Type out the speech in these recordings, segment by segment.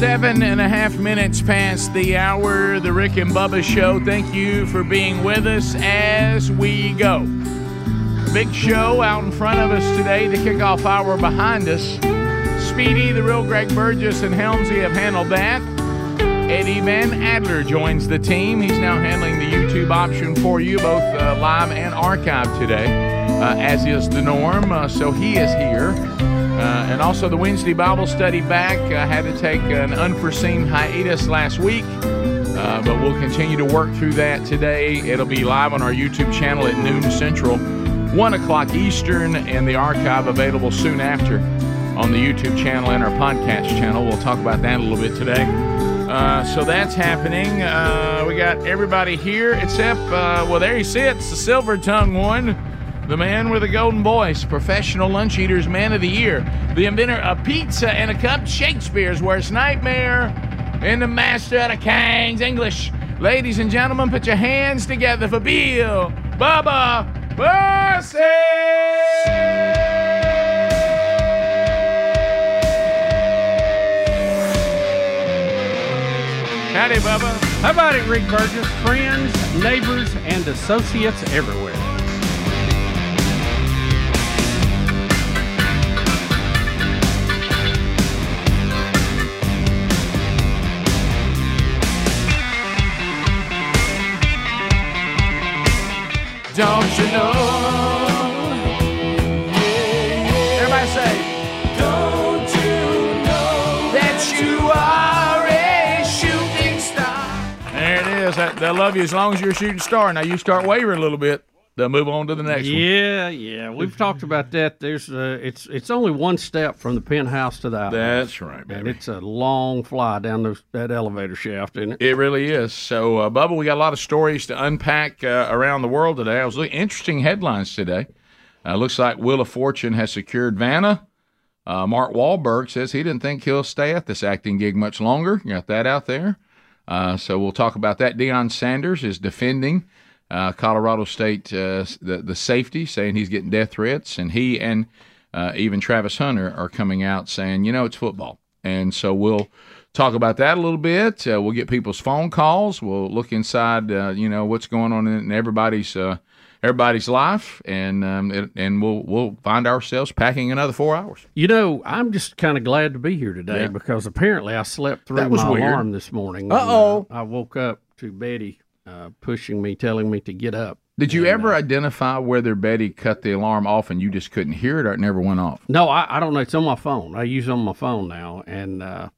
7 and a half minutes past the hour, the Rick and Bubba Show. Thank you for being with us as we go. Big show out in front of us today, the kickoff hour behind us. Speedy, the real Greg Burgess, and Helmsy have handled that. Eddie Van Adler joins the team. He's now handling the YouTube option for you, both uh, live and archived today, uh, as is the norm. Uh, so he is here. Uh, and also the Wednesday Bible study back. I had to take an unforeseen hiatus last week, uh, but we'll continue to work through that today. It'll be live on our YouTube channel at noon Central, 1 o'clock Eastern, and the archive available soon after on the YouTube channel and our podcast channel. We'll talk about that a little bit today. Uh, so that's happening. Uh, we got everybody here except, uh, well, there he sits, the silver tongue one. The man with a golden voice, professional lunch eater's man of the year, the inventor of pizza and a cup, Shakespeare's worst nightmare, and the master of the King's English. Ladies and gentlemen, put your hands together for Bill Bubba Bussey! Howdy, Bubba. How about it, Rick Burgess? Friends, neighbors, and associates everywhere. Don't you know? Everybody say, Don't you know? that you are a shooting star. There it is. I, I love you as long as you're a shooting star. Now you start wavering a little bit. They'll move on to the next one. Yeah, yeah, we've talked about that. There's, uh, it's, it's only one step from the penthouse to the island. That's right, and baby. it's a long fly down those, that elevator shaft, isn't it? It really is. So, uh, Bubba, we got a lot of stories to unpack uh, around the world today. I was looking interesting headlines today. Uh, looks like Wheel of Fortune has secured Vanna. Uh, Mark Wahlberg says he didn't think he'll stay at this acting gig much longer. You got that out there. Uh, so we'll talk about that. Deion Sanders is defending uh, Colorado State uh, the the safety, saying he's getting death threats, and he and uh, even Travis Hunter are coming out saying, you know, it's football, and so we'll talk about that a little bit. Uh, we'll get people's phone calls. We'll look inside, uh, you know, what's going on in everybody's. Uh, Everybody's life, and um, it, and we'll we'll find ourselves packing another four hours. You know, I'm just kind of glad to be here today Yeah. because apparently I slept through That was my weird. alarm this morning. and, Uh-oh. I woke up to Betty uh, pushing me, telling me to get up. Did you ever identify whether Betty cut the alarm off and you just couldn't hear it, or it never went off? No, I, I don't know. It's on my phone. I use it on my phone now, and uh,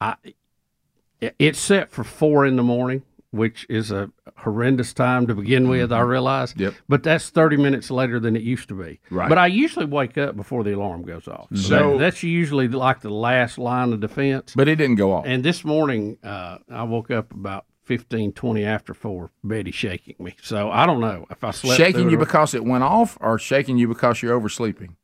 I it- it's set for four in the morning, which is a horrendous time to begin with. Mm-hmm. I realize. Yep. But that's thirty minutes later than it used to be. Right. But I usually wake up before the alarm goes off. So- That- that's usually like the last line of defense. But it didn't go off. And this morning, uh, I woke up about 15, 20 after four, Betty shaking me. So I don't know if I slept. shaking you through it or- because it went off, or shaking you because you're oversleeping.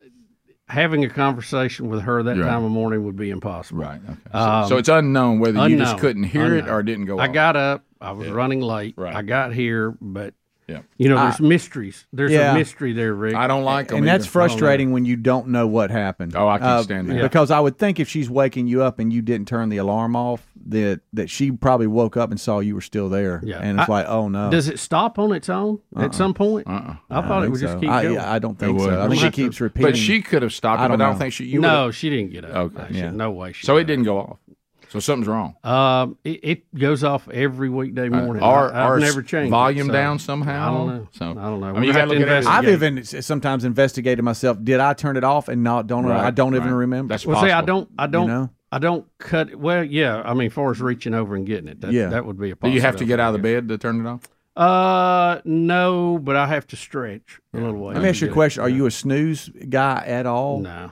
having a conversation with her that time of morning would be impossible. Um, Right. Okay. So, so it's unknown whether you just unknown. couldn't hear it Unknown. or it didn't go I off. got up. I was running late. Right. I got here, but Yeah. you know, there's mysteries. There's Yeah. a mystery there, Rick. I don't like them. and that's either. frustrating when you don't know what happened. Uh, Oh, I can't stand that. Because I would think if she's waking you up and you didn't turn the alarm off, that that she probably woke up and saw you were still there. Yeah. And it's I- like, oh no. Does it stop on its own at some point? Uh-uh. I thought it would just So, keep I, going. yeah, I don't It think would. so. I But think she she- keeps repeating. But she could have stopped it, I don't but I don't know. think she. You would've- no, she didn't get up. Okay. Actually, Yeah. No way. She So it got up. didn't go off. So something's wrong. Um, it, it goes off every weekday Uh, morning. Or, I, I've or it's never changed. it, volume so down somehow. I don't know. So I don't know. I We're mean, you gonna have got to to look at it. investigate. I've even s- sometimes investigated myself. Did I turn it off and not don't Right, I don't even right. remember. That's Well, possible. see, I don't, I don't, know? I don't cut. Well, yeah. I mean, as far as reaching over and getting it, that, Yeah. that would be a. Do Possibility. you have to get out of the bed to turn it off? Uh, no, but I have to stretch a little way. Let me ask you a Yeah. question. Are you a snooze guy at all? No,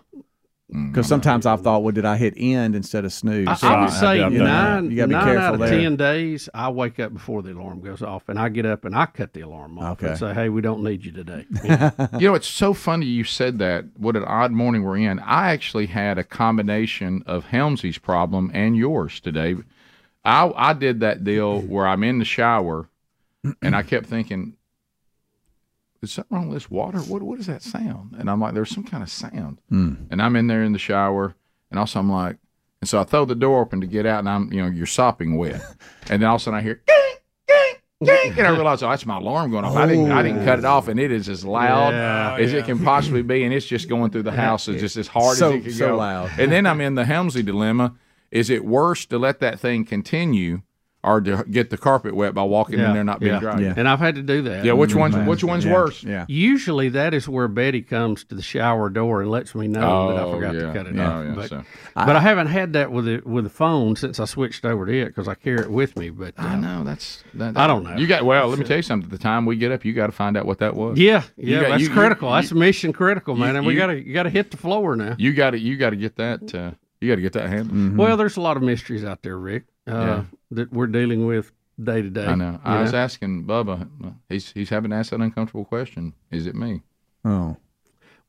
Mm, Because sometimes I've thought, well, did I hit end instead of snooze? I, I would I've say done that. nine, You gotta be nine careful out of there. ten days, I wake up before the alarm goes off, and I get up and I cut the alarm off and Okay. say, "Hey, we don't need you today." You know, it's so funny you said that. What an odd morning we're in. I actually had a combination of Helmsy's problem and yours today. I I did that deal where I'm in the shower, and I kept thinking, "Is something wrong with this water? What what is that sound?" And I'm like, "There's some kind of sound." And I'm in there in the shower, and also I'm like, and so I throw the door open to get out, and I'm you know you're sopping wet, and then all of a sudden I hear. "Ding, ding, ding," And I realize, oh, that's my alarm going off. I didn't, I didn't cut it off, and it is as loud Oh, as it can possibly be, and it's just going through the house. It's just as hard So- as it can so go. loud. And then I'm in the Helmsley dilemma: is it worse to let that thing continue, or to get the carpet wet by walking in there not being yeah. dry? Yeah. Mm-hmm. Yeah. and I've had to do that. which one's which one's worse? yeah. Usually, that is where Betty comes to the shower door and lets me know that I Oh, forgot yeah. to cut it Yeah, off. yeah, but, so- but I haven't had that with the with the phone since I switched over to it because I carry it with me. But I uh, know that's. That, I don't know. You got well. Let me tell you something. At the time we get up, you got to find out what that was. yeah, yeah, got- that's you- you- critical. you- that's mission critical, man. and we you- gotta you gotta hit the floor now. You got to You got to get that. Uh, you got to get that handled. Well, there's a lot of mysteries out there, Rick, uh, Yeah. that we're dealing with day to day. I know. I was asking Bubba. He's he's having to ask that uncomfortable question. Is it me? Mm. Oh.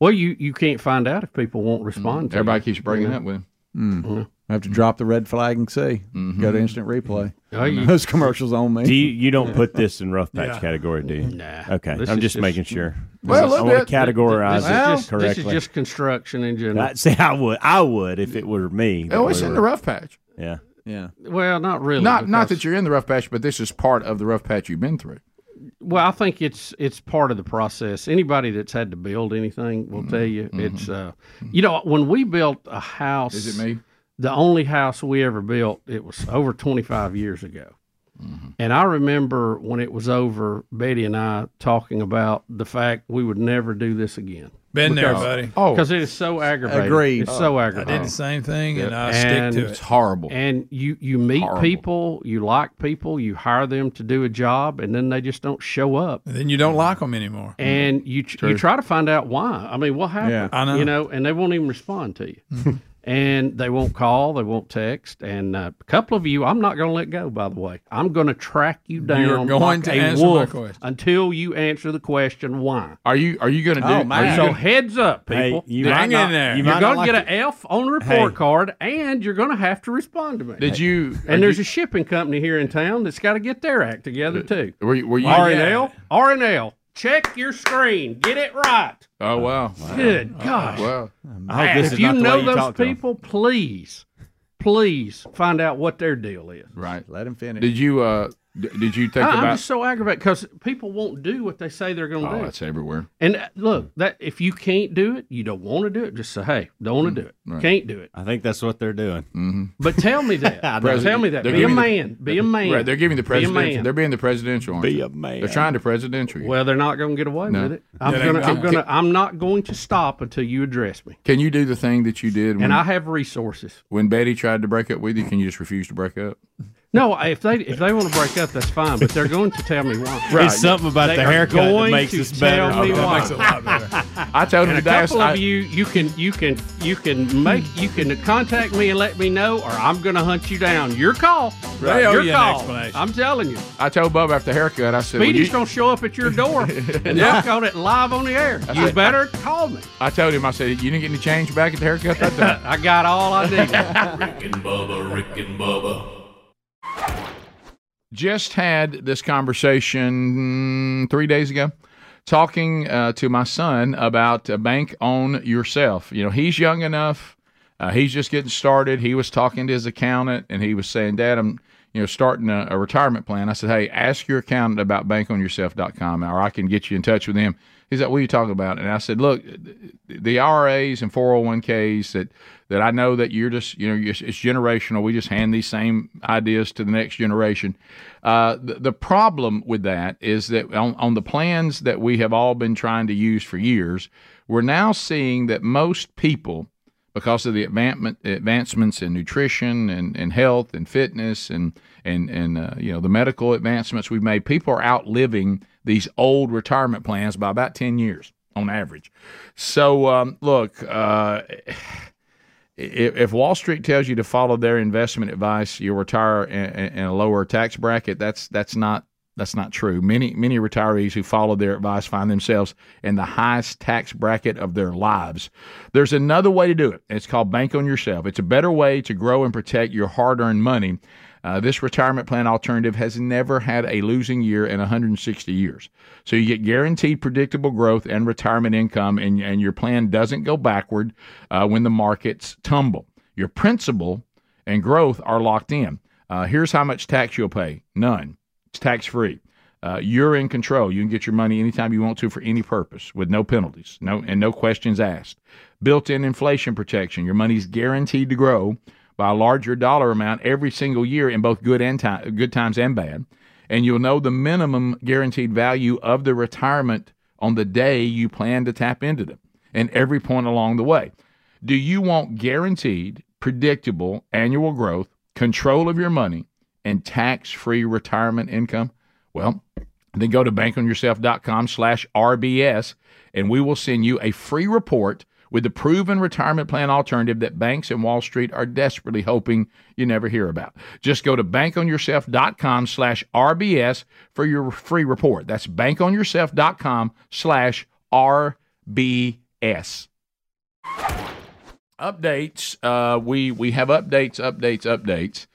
Well, you you can't find out if people won't respond. to Mm-hmm. you. Everybody keeps breaking up with Mm-hmm. him. Hmm. I have to drop the red flag and see. Go to instant replay. Oh, you- Those commercials on me. Do you, you don't put this in rough patch category, do you? Nah. Okay, This I'm is just, just- making sure. Well, a I little want bit. to categorize This it is just this correctly. is just construction in general. I, see, I would, I would, if it were me. Oh, it's we in were- the rough patch. Yeah, yeah. well, not really. Not not because- that you're in the rough patch, but this is part of the rough patch you've been through. Well, I think it's it's part of the process. Anybody that's had to build anything will tell you it's. Uh, you know, when we built a house, Mm-hmm. Is it me? the only house we ever built, it was over 25 years ago. Mm-hmm. And I remember when it was over, Betty and I talking about the fact we would never do this again Been there, buddy. Oh, because it is so aggravating. Agreed. It's so I did aggravating. the same thing, and I And- stick to it's it. horrible. And you you meet Horrible. people, you like people, you hire them to do a job, and then they just don't show up. And then you don't like them anymore. and you you try to find out why. I mean, what happened? Yeah. I know. You know, and they won't even respond to you, and they won't call, they won't text, and uh, a couple of you, I'm not going to let go. By the way, I'm going to track you down. going like to a answer my wolf question. until you answer the question why. are you are you going to do? Oh, man. are you So gonna- heads up, hey, people. you Hang might in not, there. You you are might going not to like get it. an F on a report Hey. card, and you're going to have to respond to me. did you? and are there's you- Uh, a shipping company here in town that's got to get their act together too. were you, were you R and L, R and L, check your screen, get it right. Oh wow, Uh, Good gosh. wow. I hope this is if you not the know way those talk to them. people, please, please find out what their deal is. Right. Let him finish. Did you uh? d- Did you think I- I'm about? just so aggravated because people won't do what they say they're going to oh, do. that's everywhere. And uh, look, that if you can't do it, you don't want to do it. Just say, hey, don't want Mm-hmm. to do it. Can't do it. I think that's what they're doing. But tell me that. tell President- me that. Mm-hmm. they're Be a giving the- man. Be a man. Right. They're giving the Be a presidential. man. They're being the presidential. aren't Be they? a man. They're trying to presidential. you. well, they're not going to get away with it. I'm they gonna, I'm won't. gonna, I'm not going to stop until you address me. Can you do the thing that you did when, And I have resources. when Betty tried to break up with you? Can you just refuse to break up? No, if they if they want to break up, that's fine. But they're going to tell me why. It's something about They the are haircut that going makes to us better. tell me That why. makes it a lot better. I told him And a today. I s- couple I- of you, you can, you can, you can make, you can contact me and let me know, or I'm going to hunt you down. Your call, They owe your you an call. explanation. I'm telling you, I told Bubba after haircut. I said, well, Petey's you- going to show up at your door and knock on it live on the air. You better call me. I told him. I said, you didn't get any change back at the haircut that time. I got all I need. Rick and Bubba, Rick and Bubba. just had this conversation mm, three days ago talking uh, to my son about uh, bank on yourself you know he's young enough uh, he's just getting started he was talking to his accountant and he was saying dad i'm you know starting a, a retirement plan i said hey ask your accountant about bankonyourself.com or i can get you in touch with him He's like, "What are you talking about?" And I said, "Look, the IRAs and 401ks that that I know that you're just you know it's it's generational. We just hand these same ideas to the next generation. Uh, the, the problem with that is that on, on the plans that we have all been trying to use for years, we're now seeing that most people." because of the advancement, advancements in nutrition and, and health and fitness and and and uh, you know the medical advancements we've made, people are outliving these old retirement plans by about ten years on average. So um, look. Uh, if, if Wall Street tells you to follow their investment advice, you'll retire in, in in a lower tax bracket. That's that's not that's not true. Many many retirees who follow their advice find themselves in the highest tax bracket of their lives. There's another way to do it. It's called bank on yourself. It's a better way to grow and protect your hard-earned money. Uh, this retirement plan alternative has never had a losing year in 160 years. So you get guaranteed predictable growth and retirement income, and, and your plan doesn't go backward uh, when the markets tumble. Your principal and growth are locked in. Uh, here's how much tax you'll pay none, it's tax free. Uh, you're in control. You can get your money anytime you want to for any purpose with no penalties, no and no questions asked. Built-in inflation protection. Your money's guaranteed to grow by a larger dollar amount every single year in both good and time, good times and bad. And you'll know the minimum guaranteed value of the retirement on the day you plan to tap into them and every point along the way. Do you want guaranteed, predictable annual growth, control of your money, and tax-free retirement income? Well, then go to bankonyourself.com slash RBS and we will send you a free report with the proven retirement plan alternative that banks and Wall Street are desperately hoping you never hear about. Just go to bankonyourself.com slash RBS for your free report. That's bankonyourself.com slash RBS updates. Uh, we we have updates, updates, updates.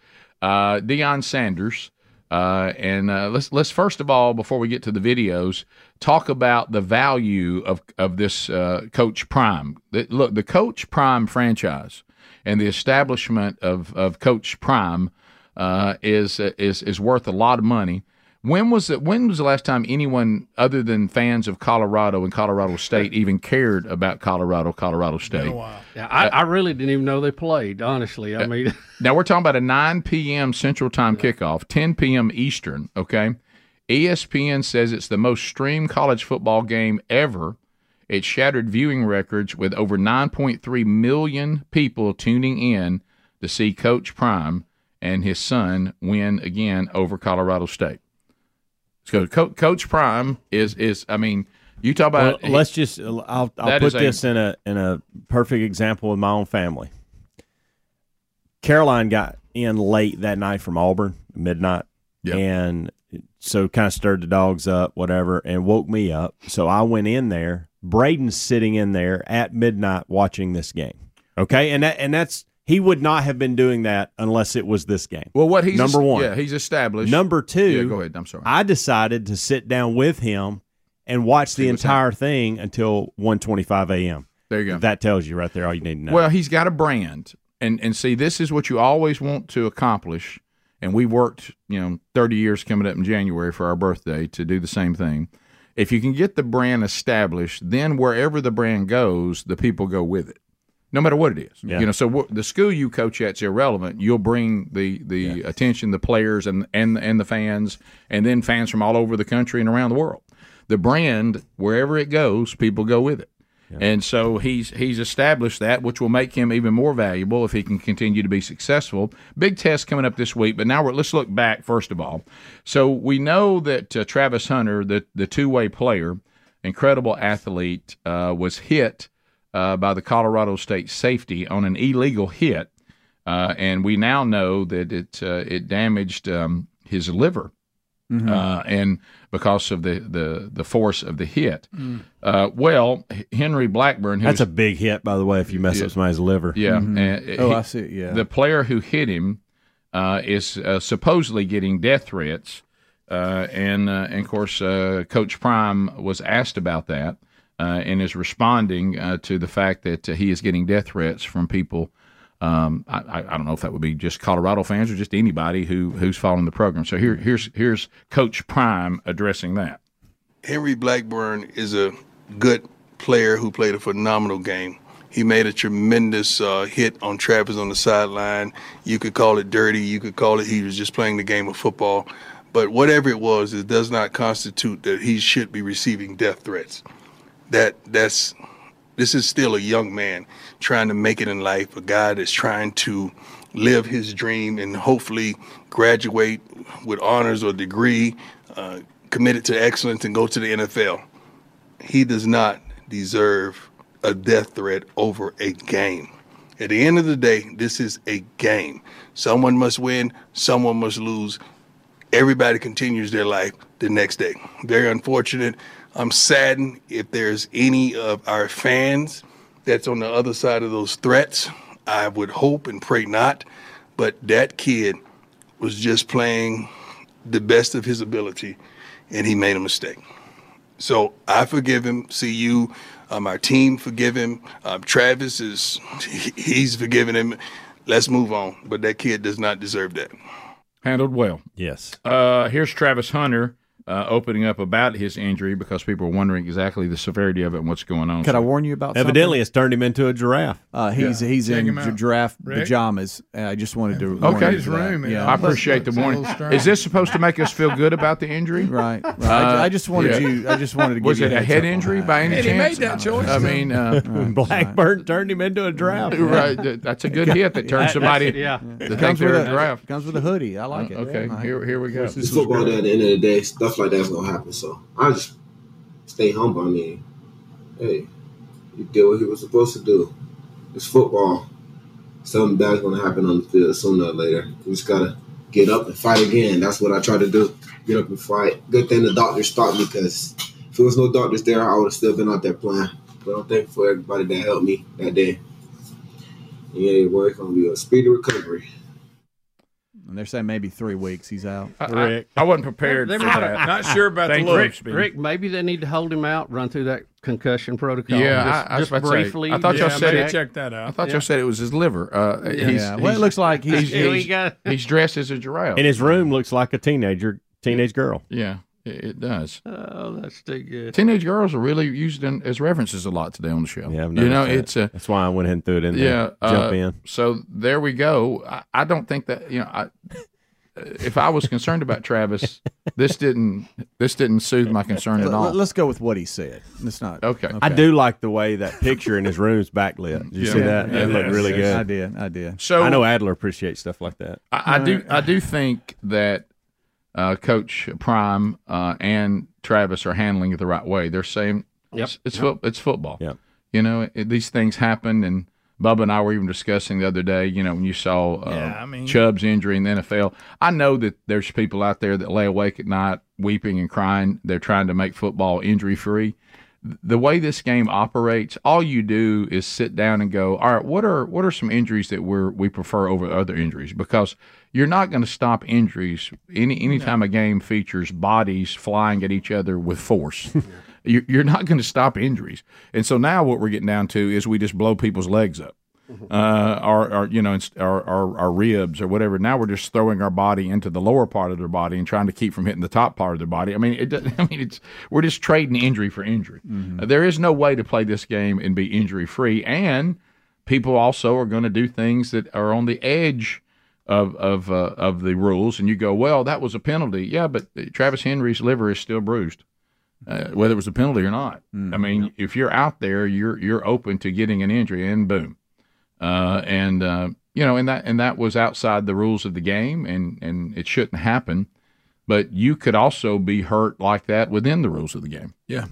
Uh, Deion Sanders, uh, and uh, let's let's first of all, before we get to the videos, talk about the value of of this uh, Coach Prime. The- look, the Coach Prime franchise and the establishment of of Coach Prime uh, is is is worth a lot of money. When was it? When was the last time anyone other than fans of Colorado and Colorado State even cared about Colorado, Colorado State? Yeah, I, I really didn't even know they played. Honestly, I mean, Now we're talking about a 9 p.m. Central Time kickoff, 10 p.m. Eastern. Okay, E ESPN says it's the most streamed college football game ever. It shattered viewing records with over 9.3 million people tuning in to see Coach Prime and his son win again over Colorado State. So Co- Coach Prime is is I mean you talk Well, about let's just I'll, I'll That put is a- this in a in a perfect example of my own family. Caroline got in late that night from Auburn, midnight, Yep. and so kind of stirred the dogs up, whatever, and woke me up. So I went in there. Braden's sitting in there at midnight watching this game. Okay, and that and that's he would not have been doing that unless it was this game. well what he's number one. yeah he's established Number two, yeah go ahead I'm sorry I decided to sit down with him and watch the what's entire thing until 1:25 a.m. there you go That tells you right there all you need to know. Well, he's got a brand, and and see, this is what you always want to accomplish. And we worked, you know, thirty years coming up in January for our birthday to do the same thing. If you can get the brand established, then wherever the brand goes, the people go with it, no matter what it is. Yeah. You know, so wh- the school you coach at's irrelevant. You'll bring the the attention, the players, and and and the fans, and then fans from all over the country and around the world. The brand, wherever it goes, people go with it. And so he's he's established that, which will make him even more valuable if he can continue to be successful. Big test coming up this week, but now we're, let's look back first of all. So we know that uh, Travis Hunter, the the two way player, incredible athlete, uh, was hit uh, by the Colorado State safety on an illegal hit, uh, and we now know that it uh, it damaged um, his liver Mm-hmm. uh, and because of the, the, the force of the hit. Mm. Uh, well, H- Henry Blackburn, who's, That's a big hit, by the way, if you mess up somebody's liver. yeah, and Oh, he- I see. Yeah. the player who hit him uh, is uh, supposedly getting death threats, uh, and uh, and of course, uh, Coach Prime was asked about that uh, and is responding uh, to the fact that uh, he is getting death threats from people. Um, I, I- I don't know if that would be just Colorado fans or just anybody who who's following the program. So here here's here's Coach Prime addressing that. Henry Blackburn is a good player who played a phenomenal game. He made a tremendous uh, hit on Trappers on the sideline. You could call it dirty, you could call it he was just playing the game of football. But whatever it was, it does not constitute that he should be receiving death threats. That that's this is still a young man trying to make it in life, a guy that's trying to live his dream and hopefully graduate with honors or degree, uh, committed to excellence, and go to the NFL. He does not deserve a death threat over a game. At the end of the day, this is a game. Someone must win, someone must lose. Everybody continues their life the next day. Very unfortunate. I'm saddened if there's any of our fans that's on the other side of those threats. I would hope and pray not, but that kid was just playing the best of his ability and he made a mistake. So I forgive him. See you. Um, our team forgive him. Um, Travis is, he- he's forgiving him. Let's move on. But that kid does not deserve that. Handled well. Yes. Uh, here's Travis Hunter uh, opening up about his injury because people are wondering exactly the severity of it and what's going on. Can I So- warn you about Evidently, it's turned him into a giraffe. something? Uh, he's Yeah. he's Check in him out. giraffe Rick? pajamas. and I just wanted to. warn Okay. you for that. room, Yeah. I appreciate the It's a warning. little Is this supposed to make us feel good about the injury? Uh, Right. right. I, I just wanted yeah. you. I just wanted to. Give Was you it a heads head up on injury that. by any And he chance? made that choice. I mean, uh, Blackbird turned him into a giraffe. right. that- That's a good hit that turns somebody. yeah. That Comes thinks with they're a a giraffe. Uh, Comes with a hoodie. I like it. Okay. Yeah, I- Here, here we go. It's football. At the end of the day, stuff like that's gonna happen. So I just stay humble. I mean, hey, he did what he was supposed to do. It's football. Something bad's gonna happen on the field sooner or later. We just gotta get up and fight again. That's what I try to do. Get up and fight. Good thing the doctors stopped me because if there was no doctors there, I would have still been out there playing. But I'm thankful for everybody that helped me that day. Yeah, boy, it's gonna be a speedy recovery. And they're saying maybe three weeks. He's out. I, I, I wasn't prepared for that. Not sure about the Thank look. Rick. Rick, maybe they need to hold him out, run through that concussion protocol. Yeah, just, I- I was just about to say, briefly. I thought y'all Yeah, said maybe it. check that I out. thought y'all said it was his liver. Uh, he's- yeah. Well, it looks like he's. he's, Yeah, we he's- got- he's dressed as a giraffe. And his room looks like a teenager, teenage girl. yeah, it, it does. Oh, that's too good. Teenage girls are really used in, as references a lot today on the show. Yeah, I've you know, noticed that. it's a That's why I went ahead and threw it in yeah. there. Jump uh, in. So there we go. I, I don't think that you know. I, if I was concerned about Travis, this didn't this didn't soothe my concern at all. Let, us go with what he said. Let's not. Okay. I do like the way that picture in his room's backlit. Did you see that? Yeah, That looked really I good. did. I did. So I know Adler appreciates stuff like that. I, I do. I do think that uh, Coach Prime uh, and Travis are handling it the right way. They're saying it's it's, foot it's football. Yep. You know, it, these things happen, and Bubba and I were even discussing the other day. You know, when you saw uh, Yeah, I mean- Chubb's injury in the NFL, I know that there's people out there that lay awake at night weeping and crying. They're trying to make football injury free. The way this game operates, all you do is sit down and go, all right, what are what are some injuries that we're we prefer over other injuries? Because you're not going to stop injuries any anytime a game features bodies flying at each other with force. you- you're not going to stop injuries. And so now what we're getting down to is we just blow people's legs up, uh, or, or you know, inst- or, or, or ribs or whatever. Now we're just throwing our body into the lower part of their body and trying to keep from hitting the top part of their body. I mean, it. doesn't- I mean, it's we're just trading injury for injury. Uh, there is no way to play this game and be injury free. And people also are going to do things that are on the edge. Of of uh, of the rules, and you go well. That was a penalty, yeah. But Travis Henry's liver is still bruised uh, whether it was a penalty or not. Mm-hmm. I mean, if you're out there, you're you're open to getting an injury, and boom, uh, and uh, you know, and that and that was outside the rules of the game, and and it shouldn't happen. But you could also be hurt like that within the rules of the game. Yeah.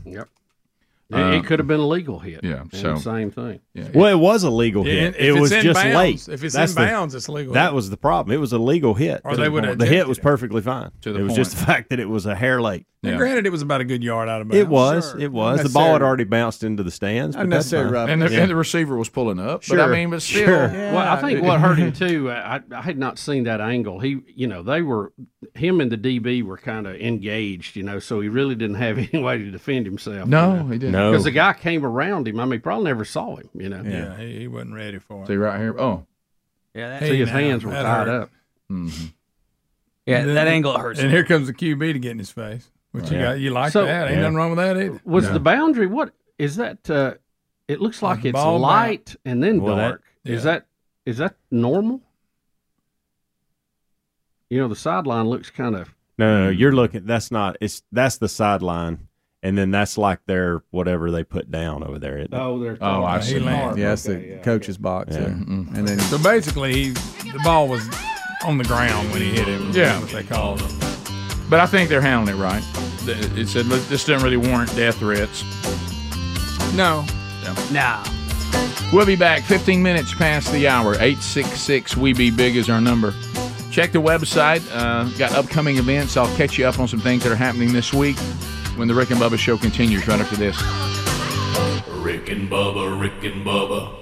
It, it could have been a legal hit. Uh, yeah, And so- same thing. Well, it was a legal Yeah, hit. and if It it's was in just bounds- late. If it's That's in the- bounds, it's legal. That was the problem. It was a legal hit. Or they would have the hit taken was it. perfectly fine. To the it was just the fact that it was a hair late. And granted, it was about a good yard out of bounds. It was. Sure. It was. The ball had Unnecessary. already bounced into the stands. But that's Unnecessary fine. rough. And the, and the receiver was pulling up, but I Sure. mean, but still, Sure. Well, I think what hurt him too, I, I had not seen that angle. He, you know, they were, him and the DB were kind of engaged, you know, so he really didn't have any way to defend himself. no, he didn't. No. Because the guy came around him. I mean, probably never saw him, you know. Yeah. Yeah, he, he wasn't ready for See it. right here. Oh, See, Hey, his now, hands were that tied hurt. up. mhm. Yeah, Then- that angle hurts. And here comes the QB to get in his face, which you got. You like So- that? Ain't Yeah. nothing wrong with that either. Was the boundary, what, is that? Uh, it looks like it's Ball back. light and then Well, that- dark. Is that is that normal? You know, the sideline looks kind of No, no, no, you're looking. That's not. It's that's the sideline, and then that's like their whatever they put down over there. isn't it? Oh, they're- Oh, I He see. lands. Yeah, that's the coach's box. Yeah. And then so basically, he, the ball was on the ground when he hit it. was Yeah. what they called it. But I think they're handling it right. Th- It said "Look, this didn't really warrant death threats. No. No. We'll be back 15 minutes past the hour. 866 We Be Big is our number. Check the website. Uh, got upcoming events. I'll catch you up on some things that are happening this week when the Rick and Bubba show continues right after this. Rick and Bubba, Rick and Bubba,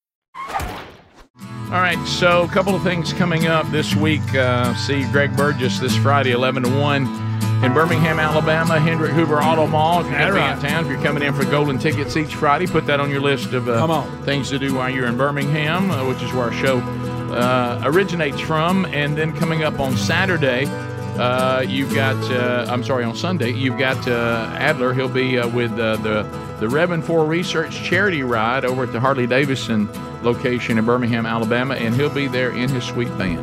All right, so a couple of things coming up this week. Uh, see Greg Burgess this Friday, 11 to 1 in Birmingham, Alabama, Hendrick Hoover Auto Mall. If you're going to be in town, if you're coming in for golden tickets each Friday, put that on your list of uh, things to do while you're in Birmingham, uh, which is where our show uh, originates from. And then coming up on Saturday, uh, you've got, uh, I'm sorry, on Sunday, you've got uh, Adler. He'll be uh, with uh, the the Reverend for Research charity ride over at the Harley Davidson location in Birmingham, Alabama, and he'll be there in his sweet van.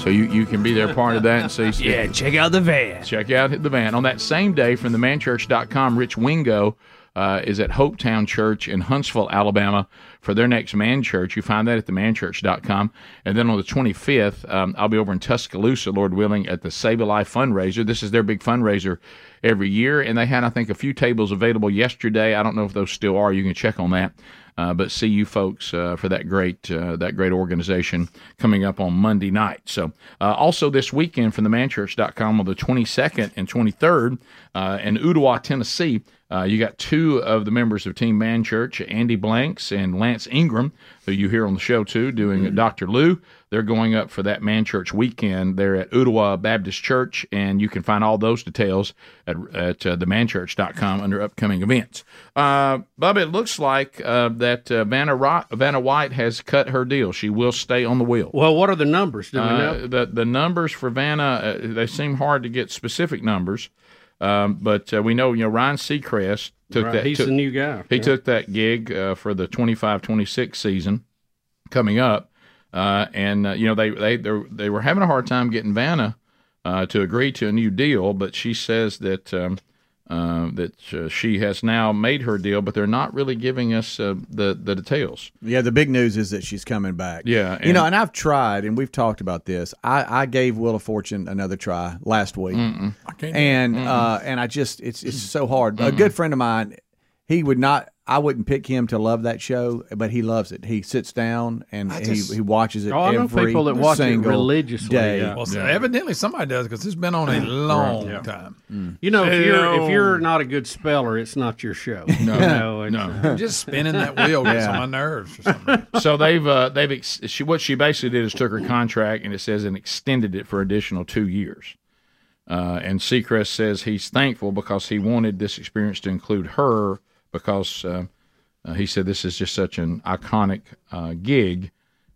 So you, you can be there part of that and see. Yeah, check out the van. Check out the van. On that same day from the manchurch.com, Rich Wingo uh, is at Hopetown Church in Huntsville, Alabama for their next man church. You find that at the manchurch.com. And then on the 25th, um, I'll be over in Tuscaloosa, Lord willing, at the Save a Life fundraiser. This is their big fundraiser every year. And they had, I think, a few tables available yesterday. I don't know if those still are. You can check on that. Uh, but see you folks uh, for that great uh, that great organization coming up on Monday night. So uh, also this weekend from the manchurch.com on the 22nd and 23rd uh, in Ottawa, Tennessee. Uh, you got two of the members of Team Man Church, Andy Blanks and Lance Ingram, who you hear on the show too, doing Dr. Lou. They're going up for that Man Church weekend. They're at Ottawa Baptist Church, and you can find all those details at, at uh, themanchurch.com under upcoming events. Uh, Bubba, it looks like uh, that uh, Vanna, Ro- Vanna White has cut her deal. She will stay on the wheel. Uh, Well, what are the numbers? Do we know? The, the numbers for Vanna, uh, they seem hard to get specific numbers, um, but uh, we know, you know, Ryan Seacrest took Right, that. he's took- the new guy. He Yeah. took that gig uh, for the 25 26 season coming up. Uh, and, uh, you know, they, they, they, they were having a hard time getting Vanna uh, to agree to a new deal, but she says that. Um, uh, that uh, she has now made her deal, but they're not really giving us uh, the the details. Yeah, the big news is that she's coming back. Yeah, you and- know, and I've tried, and we've talked about this. I, I gave Wheel of Fortune another try last week, Mm-mm. I can't do it. and Mm-mm. uh, and I just it's it's so hard. A good friend of mine, he would not. I wouldn't pick him to love that show, but he loves it. He sits down and I he, just- he watches it. Oh, I know every people that watch it single religiously, Day. Well, so evidently somebody does because it's been on a long Right. time. Mm. You know, if you're if So- you're not a good speller, it's not your show. No, I'm just spinning that wheel gets on my nerves. Or something. so they've uh, they've ex- she what she basically did is took her contract and it says and extended it for additional two years. Uh, and Seacrest says he's thankful because he wanted this experience to include her because uh, uh, he said this is just such an iconic uh, gig,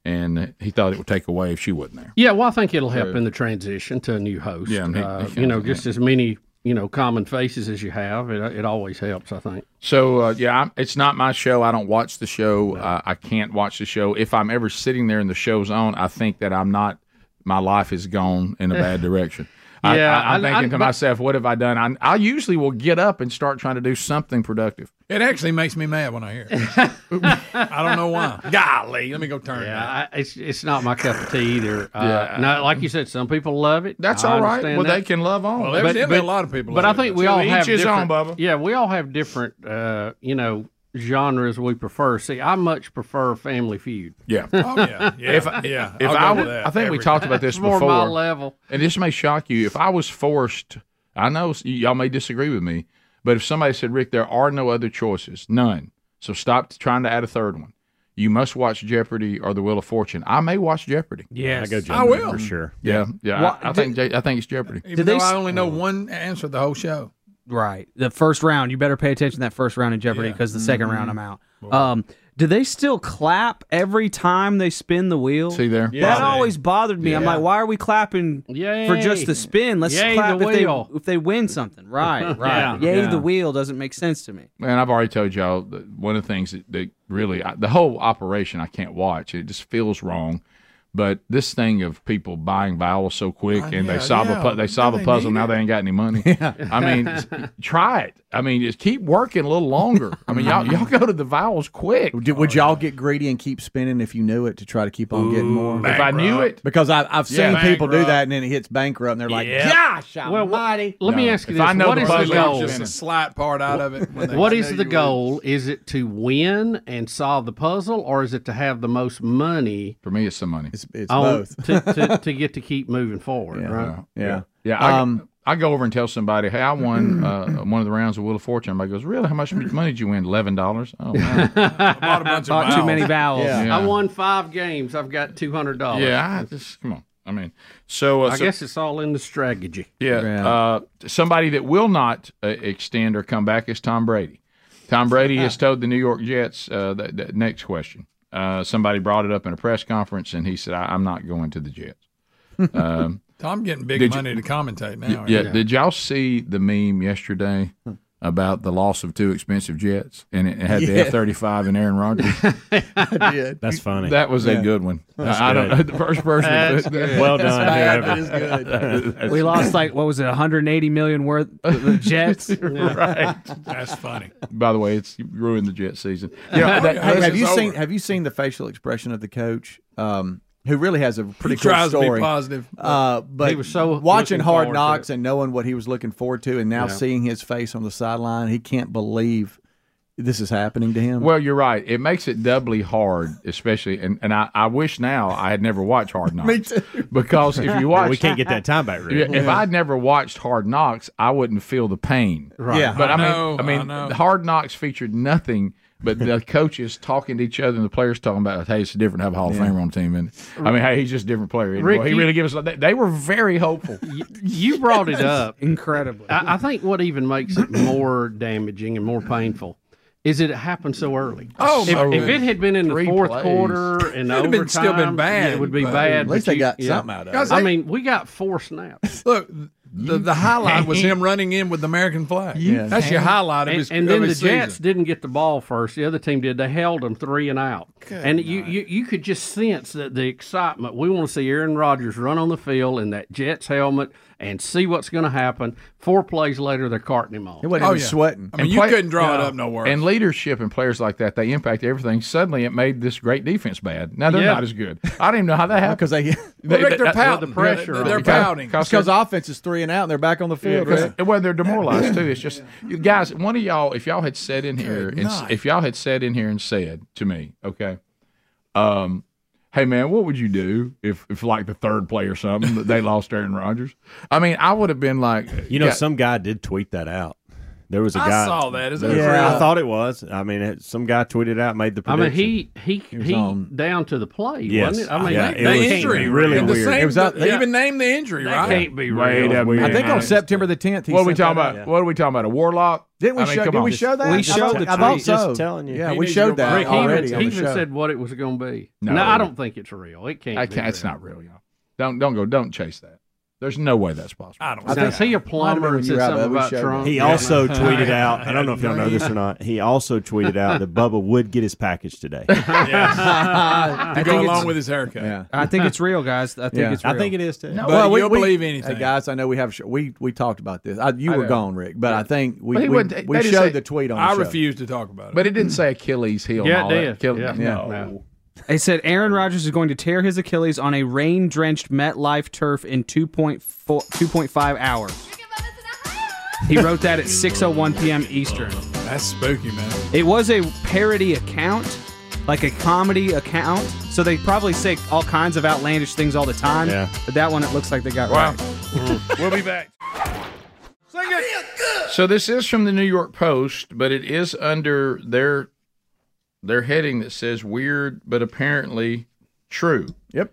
and he thought it would take away if she wasn't there. Yeah, well, I think it'll help True. in the transition to a new host. Yeah, and he- Uh, he you know, can- just as many you know common faces as you have, it, it always helps. I think. So uh, yeah, I'm, it's not my show. I don't watch the show. Uh, I can't watch the show. If I'm ever sitting there and the show's on, I think that I'm not. My life is gone in a bad direction. I, Yeah, I, am I- thinking I- to but- myself, what have I done? I, I usually will get up and start trying to do something productive. It actually makes me mad when I hear it. I don't know why. Golly, let me go turn Yeah, I, it's it's not my cup of tea either. Uh, Yeah. no, like you said, some people love it. That's I all right. understand Well, that. they can love on. Well, But- evidently but- a lot of people But I love it. think we To all each have his different. own, Bubba. Yeah, we all have different. Uh, you know. Genres we prefer. See, I much prefer Family Feud. Yeah. Oh, yeah. Yeah. If, Yeah. if I'll I go would, with that I think we every talked time. about this It's more before. my level. and this may shock you. If I was forced, I know s- y'all may disagree with me, But if somebody said, Rick, there are no other choices, none. So stop trying to add a third one. You must watch Jeopardy or The Wheel of Fortune. I may watch Jeopardy. Yes. I go Jeopardy will. for sure. Yeah, yeah. Well, I, I think Je- I think it's Jeopardy. Even though I only know Mm-hmm. one answer the whole show. Right. The first round, you better pay attention to that first round in Jeopardy because the 2nd round I'm out. Um, do they still clap every time they spin the wheel? See there? That always bothered me. I'm Yeah. like, why are we clapping for just the spin? Let's Yay, clap the if wheel. they if they win something. Right, right. Yeah. Yay, Yeah. the wheel doesn't make sense to me. Man, I've already told y'all that one of the things that, that really I, the whole operation I can't watch. It just feels wrong. But this thing of people buying vowels so quick Uh, and yeah, they solve yeah. a pu- they solve Now a they puzzle need now they ain't got any money. I mean, s- try it. I mean, just keep working a little longer. I mean, y'all y'all go to the vowels quick. Would, would y'all get greedy and keep spinning if you knew it to try to keep on getting more? If I knew it, because I, I've seen Yeah. people do Bankrupt. that, and then it hits bankrupt, and they're like, Yeah. "Gosh, Well, wh- let me ask you this: What is the puzzle, goal? just a slight part out of it. when they What know is you the were- goal? Is it to win and solve the puzzle, or is it to have the most money? For me, it's the money. It's, both. Oh, to, to, to get to keep moving forward, right? Yeah. Yeah. I, I go over and tell somebody, hey, I won uh, one of the rounds of Wheel of Fortune. Everybody goes, really? How much money did you win? $11. Oh, wow. bought a bunch of Bought too many vowels. Yeah. I won five games. I've got two hundred dollars. Yeah, I just come on. I mean, so uh, I so- guess it's all in the strategy. Yeah. Uh, somebody that will not uh, extend or come back is Tom Brady. Tom Brady Ah. has told the New York Jets uh, that, that next question. Uh, somebody brought it up in a press conference, and he said, I, "I'm not going to the Jets." Um, Tom getting big Did you- money to commentate now. yeah, ain't he? Did y'all see the meme yesterday about the loss of two expensive jets, and it had the Yeah. F thirty five and Aaron Rodgers? I did. That's funny. That was a good one. I, I don't know the first person. That's that- good. Well That's done, bad, whoever. but That- that's- we lost like what was it, 180 million worth of the Jets? right. That's funny. By the way, it's you ruined the jet season. Yeah, Yeah, that- hey, that's- have you it's seen over. Have you seen the facial expression of the coach, um, who really has a pretty cool tries to be story? positive, but- uh, but He was so watching Hard looking forward to Knocks and knowing what he was looking forward to, and now Yeah. seeing his face on the sideline, he can't believe this is happening to him. Well, you're right. It makes it doubly hard, especially, and, and I, I wish now I had never watched Hard Knocks. Because if you watch, we can't get that time back. Yeah, Rick. if I'd never watched Hard Knocks, I wouldn't feel the pain. Right. Yeah. But I, I mean, know, I mean, Hard Knocks featured nothing but the coaches talking to each other and the players talking about, hey, it's different to have a Hall of Yeah. Famer on the team. And I mean, hey, he's just a different player. Rick, Boy, he you- really gives us. They, they were very hopeful. You brought it up. Incredibly. I, I think what even makes it more damaging and more painful is that it happened so early. Oh, if, my if it goodness. had been in the Three fourth plays. quarter and It'd have overtime, been- still been yeah, bad, it would be but- bad. At least but they got yeah. something out of Guys, it. they- I mean, we got four snaps. Look, the, the highlight was him running in with the American flag. That's your highlight of And- his. And, then of the his Jets season. didn't get the ball first. The other team did. They held them three and out. Good and you, you you could just sense that the excitement. We want to see Aaron Rodgers run on the field in that Jets helmet and see what's going to happen. Four plays later, they're carting him off. He Oh, wasn't even sweating. And play- No. And leadership and players like that, they impact everything. Suddenly, it made this great defense bad. Now they're Yeah. not as good. I don't even know how that happened because they, they- Rick, they're that- pouting. the pressure They're- they're on. pouting. because offense is three and out, and they're back on the Yeah, field. 'cause- Rick. and well, they're demoralized too. It's just you guys. One of y'all, if y'all had said in here, and, s- night. if y'all had said in here and said to me, okay, um, hey man, what would you do if, if like the third play or something that they lost Aaron Rodgers? I mean, I would have been like, You know, yeah, some guy did tweet that out. There was a I guy. saw that. Is that there- real? I thought it was. I mean, it, some guy tweeted out, made the I prediction. mean, he he was he on- down to the play, Yes. wasn't it? I mean, Yeah, that- it that was can't be really real. weird. It Same- was out- they yeah. even named the injury. That right? can't be real. Wait a I minute. think on September the tenth. What are we talking about? What are we talking about? A warlock? Didn't we I mean, show? come Did we on. show that? I thought- I thought so. Yeah, we showed that Rick, he even- already. He on even, the show. said what it was going to be. No. No. I don't think it's real. It can't. I be can't- it's not real, y'all. Don't don't go. Don't chase that. There's no way that's possible. I don't Now, see is that. he a plumber Might have been and said when you were out, something but we about showed it. Trump? He Yeah. also Yeah. tweeted out. I don't know if y'all know this or not. He also tweeted out that Bubba would get his package today. Yeah. to I go think along it's- with his haircut. Yeah. I think it's real, guys. I think Yeah. it's real. No, well, we- you'll we- believe anything. Hey guys, I know we have a show- we we talked about this. I, you I were know. gone, Rick, but I think we But he we, wouldn't- they we didn't showed say- the tweet on. I the show. refuse to talk about it. But it didn't say Achilles heel. and Yeah, it all did. that. Achilles- Yeah. no. It said Aaron Rodgers is going to tear his Achilles on a rain drenched MetLife turf in 2.4, 2.5 hours. He wrote that at 6.01 p.m. Eastern. That's spooky, man. It was a parody account, like a comedy account. So they probably say all kinds of outlandish things all the time. Yeah. Mm. But that one, it looks like they got Wow. right. we'll be back. Sing it. So this is from the New York Post, but it is under their their heading that says weird but apparently true. Yep.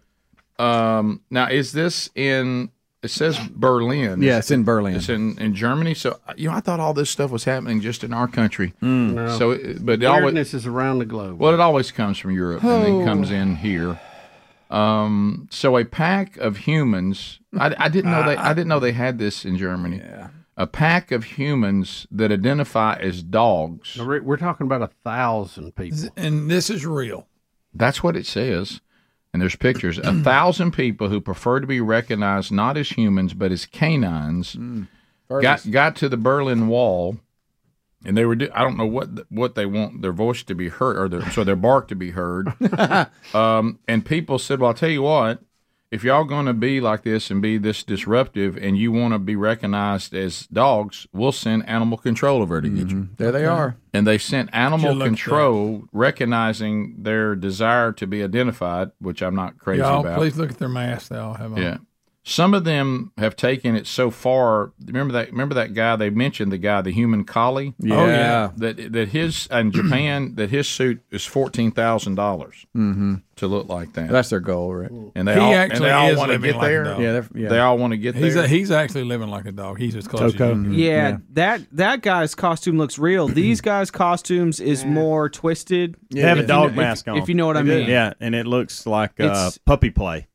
Um now is this in it says Berlin. Yeah, it's in Berlin. It's in, in Germany. So you know, I thought all this stuff was happening just in our country. Mm. No. Hmm. So, it- but it always, Weirdness is around the globe. well, it always comes from Europe and Oh. then comes in here. Um, so a pack of humans. I, I didn't know they. I didn't know they had this in Germany. A pack of humans that identify as dogs. We're we're talking about a thousand people. And this is real. That's what it says. And there's pictures. A thousand people who prefer to be recognized not as humans but as canines got got to the Berlin Wall, and they were. Do- I don't know what th- what they want their voice to be heard or their so their bark to be heard. um, and people said, "Well, I'll tell you what." If y'all going to be like this and be this disruptive, and you want to be recognized as dogs, we'll send animal control over to get you. Mm-hmm. There they are. And they sent Should've animal looked control recognizing their desire to be identified, which I'm not crazy Y'all, about. please look at their masks. They all have on. yeah. Some of them have taken it so far. Remember that remember that guy they mentioned the guy the human collie? Yeah. Oh, yeah. That that his in Japan that his suit is $14,000 Mm-hmm. to look like that. That's their goal, right? and they He all, and actually they all is want to living get like a there. dog. Yeah, they're- yeah. They all want to get He's there. a, he's actually living like a dog. He's as close as Mm-hmm. you can. Yeah, that that guy's costume looks real. These guys' costumes is more twisted. They have a If you dog know- if- mask on. If you know what I mean. Yeah, and it looks like uh, It's- puppy play.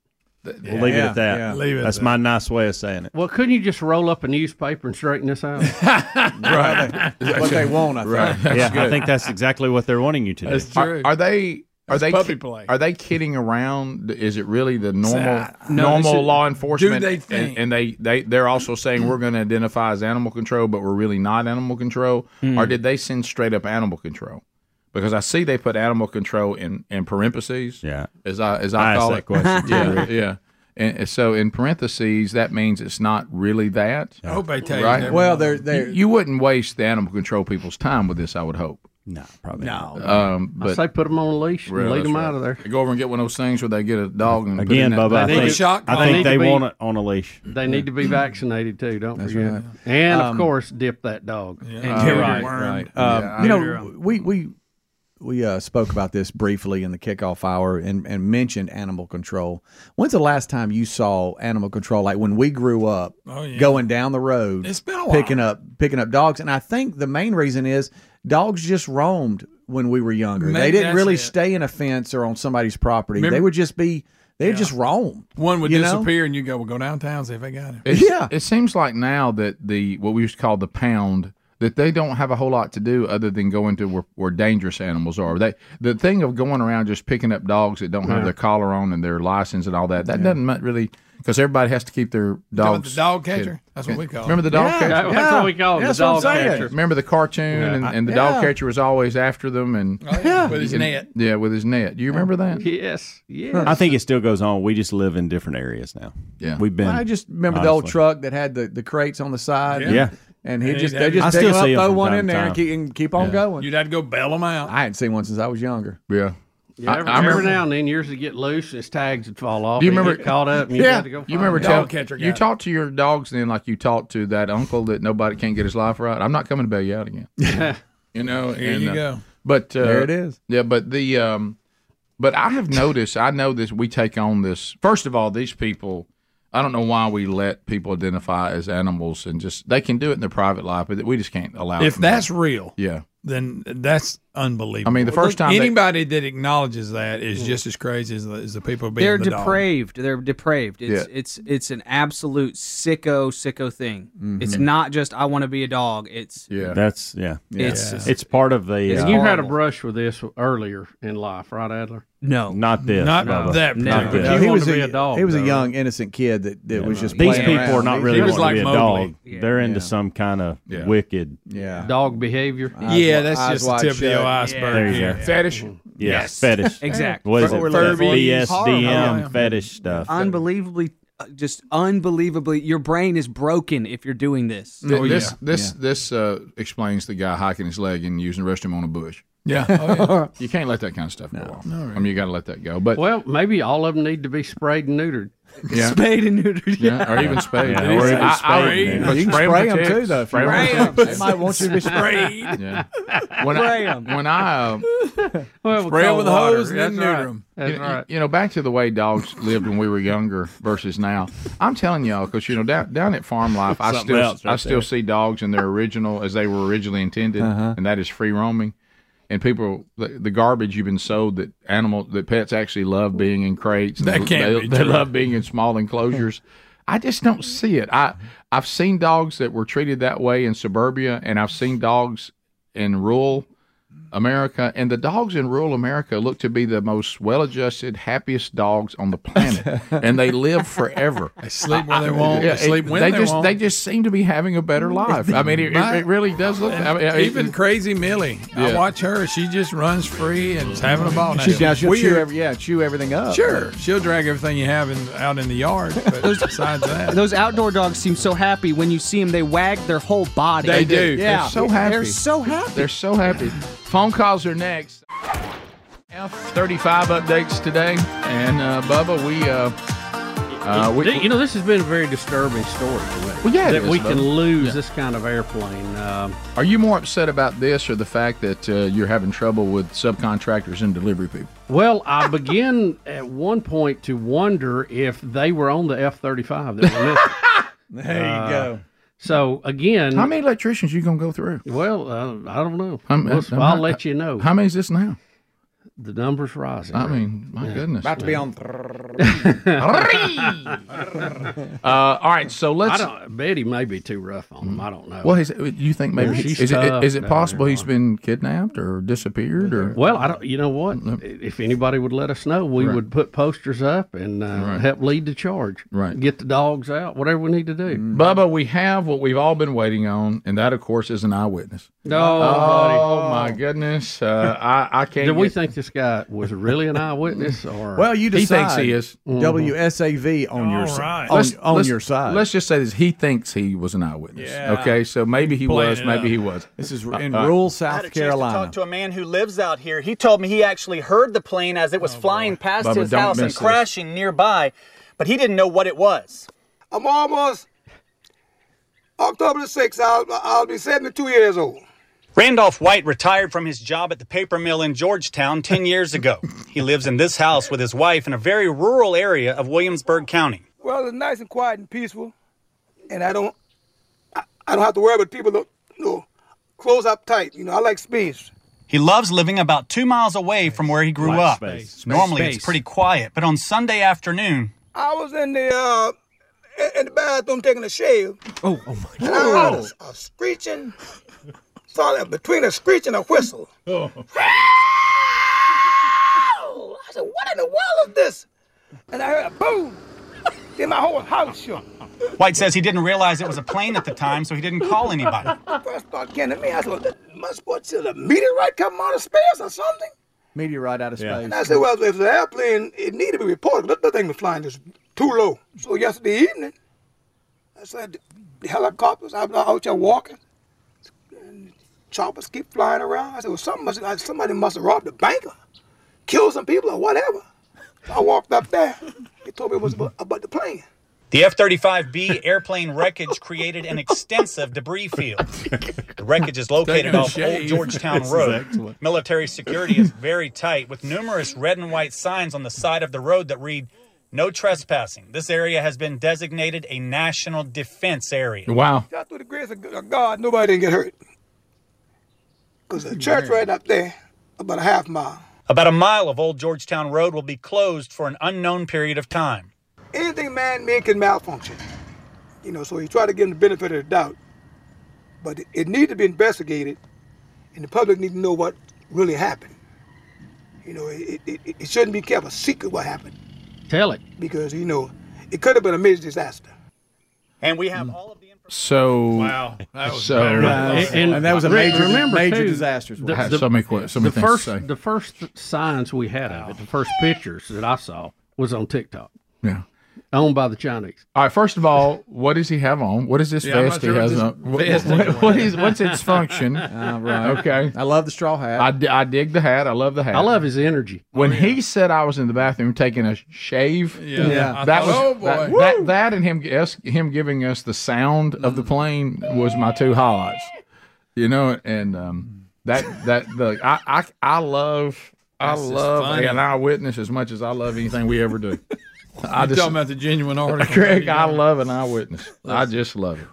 We'll leave it Yeah, at that. yeah. Leave it at That's that. my nice way of saying it. Well, couldn't you just roll up a newspaper and straighten this out? Right. What they want, I think. yeah, I think that's exactly what they're wanting you to do. Are, are they? Are That's they puppy ki- play. Are they kidding around? Is it really the normal I- no, normal this is- law enforcement? Do they And, think- and they they they're also saying we're going to identify as animal control, but we're really not animal control. Hmm. Or did they send straight up animal control? Because I see they put animal control in in parentheses. Yeah, as I as I I, asked call that it. question, too, yeah, Rick. yeah. And and so in parentheses, that means it's not really that. I hope they tell you Right? they're Well, wrong. they're- they're- You, you wouldn't waste the animal control people's time with this. I would hope. No, probably no. Um, I but say put them on a leash and Really, lead that's them right. out of there. They go over and get one of those things where they get a dog and put it Again, in that- Bubba, I They need think, to shock I collar. think they be- want it on a leash. They need to be vaccinated too. Don't forget. right. And of Um, course, dip that dog. Uh, right, right. Um, you know, we we we uh, spoke about this briefly in the kickoff hour and, and mentioned animal control. When's the last time you saw animal control? Like when we grew up, Oh, yeah. going down the road, It's been a picking up picking up dogs, and I think the main reason is dogs just roamed when we were younger. Maybe they that's didn't really it. stay in a fence or on somebody's property. Remember- they would just be they would Yeah. just roam. One would you know? disappear, and you go, "Well, go downtown, see if they got him." It's- It seems like now that the what we used to call the pound that they don't have a whole lot to do other than go into where, where dangerous animals are. They the thing of going around just picking up dogs that don't have Yeah. their collar on and their license and all that. That doesn't mu- really because everybody has to keep their Talking about dogs. the dog catcher? That's what we call it. Remember the dog Yeah, catcher? that's Yeah. what we call it, the That's what I'm dog saying. catcher. Remember the cartoon Yeah. and, and the Yeah. dog catcher was always after them and Oh, yeah. With his And- net. Yeah, with his net. Do you remember that? Yes. Yes. I think it still goes on. We just live in different areas now. Yeah, we've been. I just remember the old honestly. truck that had the, the crates on the side. Yeah. Yeah. And he And just he'd they have- just I pick still them up, see 'em throw from one time in to there and time. keep, and keep on Yeah. going. You'd have to go bail them out. I hadn't seen one since I was younger. Yeah. Yeah, every, I- I every remember- now and then yours would get loose and its tags would fall off. Do you and you'd remember get caught up? And you yeah, had to go you remember find it. tell, you talk to your dogs then like you talk to that uncle that nobody can't get his life right. I'm not coming to bail you out again. you know, Here and, you uh, go. But uh, There it is. Yeah, but the um, but I have noticed. I know this. We take on this. First of all, these people. I don't know why we let people identify as animals and just they can do it in their private life, but we just can't allow. it If from that's them. real, yeah, then that's unbelievable. I mean, the first time they- anybody that acknowledges that is just as crazy as the, as the people being They're the dog. depraved. They're depraved. It's Yeah. it's it's an absolute sicko sicko thing. It's Mhm. not just I want to be a dog. It's That's yeah. It's It's it's part of the. And uh, you had a brush with this earlier in life, right, Adler? No, not this. Not Bubba. that Not particular. this. He he wanted was to be a, a dog, He was though, a young innocent kid that, that was just These playing people around. are not He- really he wanting was to like be a Mowgli. dog. They're into some kind of wicked. Yeah. Dog behavior. Eyes Mm-hmm. Yeah, wi- that's eyes just the wide tip of the shut. iceberg There you go. Fetish. Yeah, Yes. fetish. Exactly. What is it? That's what we're looking for. BSDM Horrible. fetish stuff. unbelievably, uh, just unbelievably, your brain is broken if you're doing this. Th- Oh, this this this uh, explains the guy hiking his leg and using the restroom on a bush. Yeah. you can't let that kind of stuff go on. I mean, you got to let that go. But well, maybe all of them need to be sprayed and neutered. Yeah. Spade and neutered. Yeah, or even spayed. Yeah, or even I- I- spayed. I- Yeah. You can Spray spray 'em 'em too, too, though, if you Spray want 'em. to. They might want you to be sprayed. Yeah. When Spray I, 'em. when I uh, Well, Spray 'em with cold a hose water. and then That's neuter right. 'em. That's You, you- right. you know, back to the way dogs lived when we were younger versus now. I'm telling y'all because you know down down at Farm Life, I Something still else right I still there. see dogs in their original as they were originally intended, Uh-huh. and that is free roaming. And people, the, the garbage you've been sold that animal that pets actually love being in crates. and That can't they, be they true. love being in small enclosures. I just don't see it. I I've seen dogs that were treated that way in suburbia, and I've seen dogs in rural America, and the dogs in rural America look to be the most well-adjusted, happiest dogs on the planet, and they live forever. They sleep where they want, they sleep when they just want. they just seem to be having a better life. I mean, it, it- Right. it really does look. I mean, And it- even crazy Millie, I Yeah. watch her. She just runs free and is having a ball. She- now she'll chew every- yeah, chew everything up. Sure, she'll drag everything you have in, out in the yard. But besides that, Those outdoor dogs seem so happy when you see them. They wag their whole body. They do. Yeah. They're so happy. They're so happy. They're so happy. Phone calls are next. F thirty-five updates today, and uh, Bubba, we. Uh, uh, we, you know, this has been a very disturbing story. to me. Well, yeah, it that is, we though. can lose Yeah. this kind of airplane. Um, Are you more upset about this or the fact that uh, you're having trouble with subcontractors and delivery people? well, I begin at one point to wonder if they were on the F thirty five that were missing. There you go. So again, How many electricians you gonna go through? Well, uh, I don't know. I'm- We'll- I'm- I'll let you know. How many is this now? The number's rising. I mean, my goodness. About to be on uh, all right, so let's- Mm-hmm. I don't, Betty may be too rough on him. I don't know. Well, is it, you think maybe Yeah, he's she's is, it, tough is it down possible there. he's been kidnapped or disappeared or? Well, I don't. You know what? If anybody would let us know, we Mm-hmm. Right. would put posters up and uh, help lead the charge. Right. Get the dogs out. Whatever we need to do. Mm-hmm. Bubba, we have what we've all been waiting on, and that, of course, is an eyewitness. No, oh buddy. my goodness! Uh, I, I can't. Do we get- think this guy was really an eyewitness, or Well, you decide. he is. Mm-hmm. WSAV on your side. On, Let's- on let's- your side. Let's just say this: he thinks he was an eyewitness. Yeah. Okay, so maybe he Playing was, it maybe up. he was. This is in Uh, rural I had a South chance to Carolina. talk to a man who lives out here. He told me he actually heard the plane as it was flying past Oh, Bubba, his don't house miss and this. crashing nearby, but he didn't know what it was. I'm almost October the 6th. I'll, I'll be 72 years old. Randolph White retired from his job at the paper mill in Georgetown 10 years ago. He lives in this house with his wife in a very rural area of Williamsburg County. Well, it's nice and quiet and peaceful, and I don't I, I don't have to worry about people that you know, close up tight. You know, I like space. He loves living about two miles away from where he grew Like up. space. Space. Normally it's Space. pretty quiet, but on Sunday afternoon, I was in the uh, in- in the bathroom taking a shave. oh, oh my And I heard a, a screeching, sort of between a screech and a whistle. Oh. I said, "What in the world is this?" And I heard a boom. then my whole house shook. White says he didn't realize it was a plane at the time, so he didn't call anybody. First thought came to me. I said, well, that "Must what is a meteorite coming out of space or something?" Meteorite out of space. And I said, well, if the airplane, it needed to be reported. That, that thing was flying just too low. So yesterday evening, I said, the helicopters, I'm out there walking. and choppers keep flying around. I said, well, something must, like, somebody must have robbed a banker, killed some people or whatever. So I walked up there. They told me it was about, about the plane. The F 35B airplane wreckage created an extensive debris field. The wreckage is located Taking a off Old shave. Georgetown This is Road. excellent. Military security is very tight, with numerous red and white signs on the side of the road that read, No trespassing. This area has been designated a national defense area. Wow. God, through the grace of of God, nobody didn't get hurt. Because the church right up there, about a half mile. About a mile of Old Georgetown Road will be closed for an unknown period of time. anything man-made can malfunction. You know, so you try to give him the benefit of the doubt. But it, it needs to be investigated, and the public need to know what really happened. You know, it, it, it- it shouldn't be kept a secret what happened Tell it. because, you know, it could have been a major disaster. And we Mm, have all So Wow, that was so- better. Right. And- and that was a re- major- remember, major too, disaster is what the- I had the- so many que- so many things the to first, say. The first signs we had of it, the first pictures that I saw was on TikTok. Yeah. owned by the Chinese. All right. First of all, what does he have on? What is this Yeah, I'm not vest sure he what has this on? What- vest what- he what- what wears. is what's its function? Uh, right. Okay. I love the straw hat. I, d- I dig the hat. I love the hat. I love his energy. When he said I was in the bathroom taking a shave, Yeah. Yeah. I that was thought, "Oh, that- boy." That, that and him us, him giving us the sound of the plane was my two highlights. You know, and um, that that the I I, I love I That's just love funny. an eyewitness as much as I love anything we ever do. I You're just talking about the genuine article. Craig, I love an eyewitness. I just love it.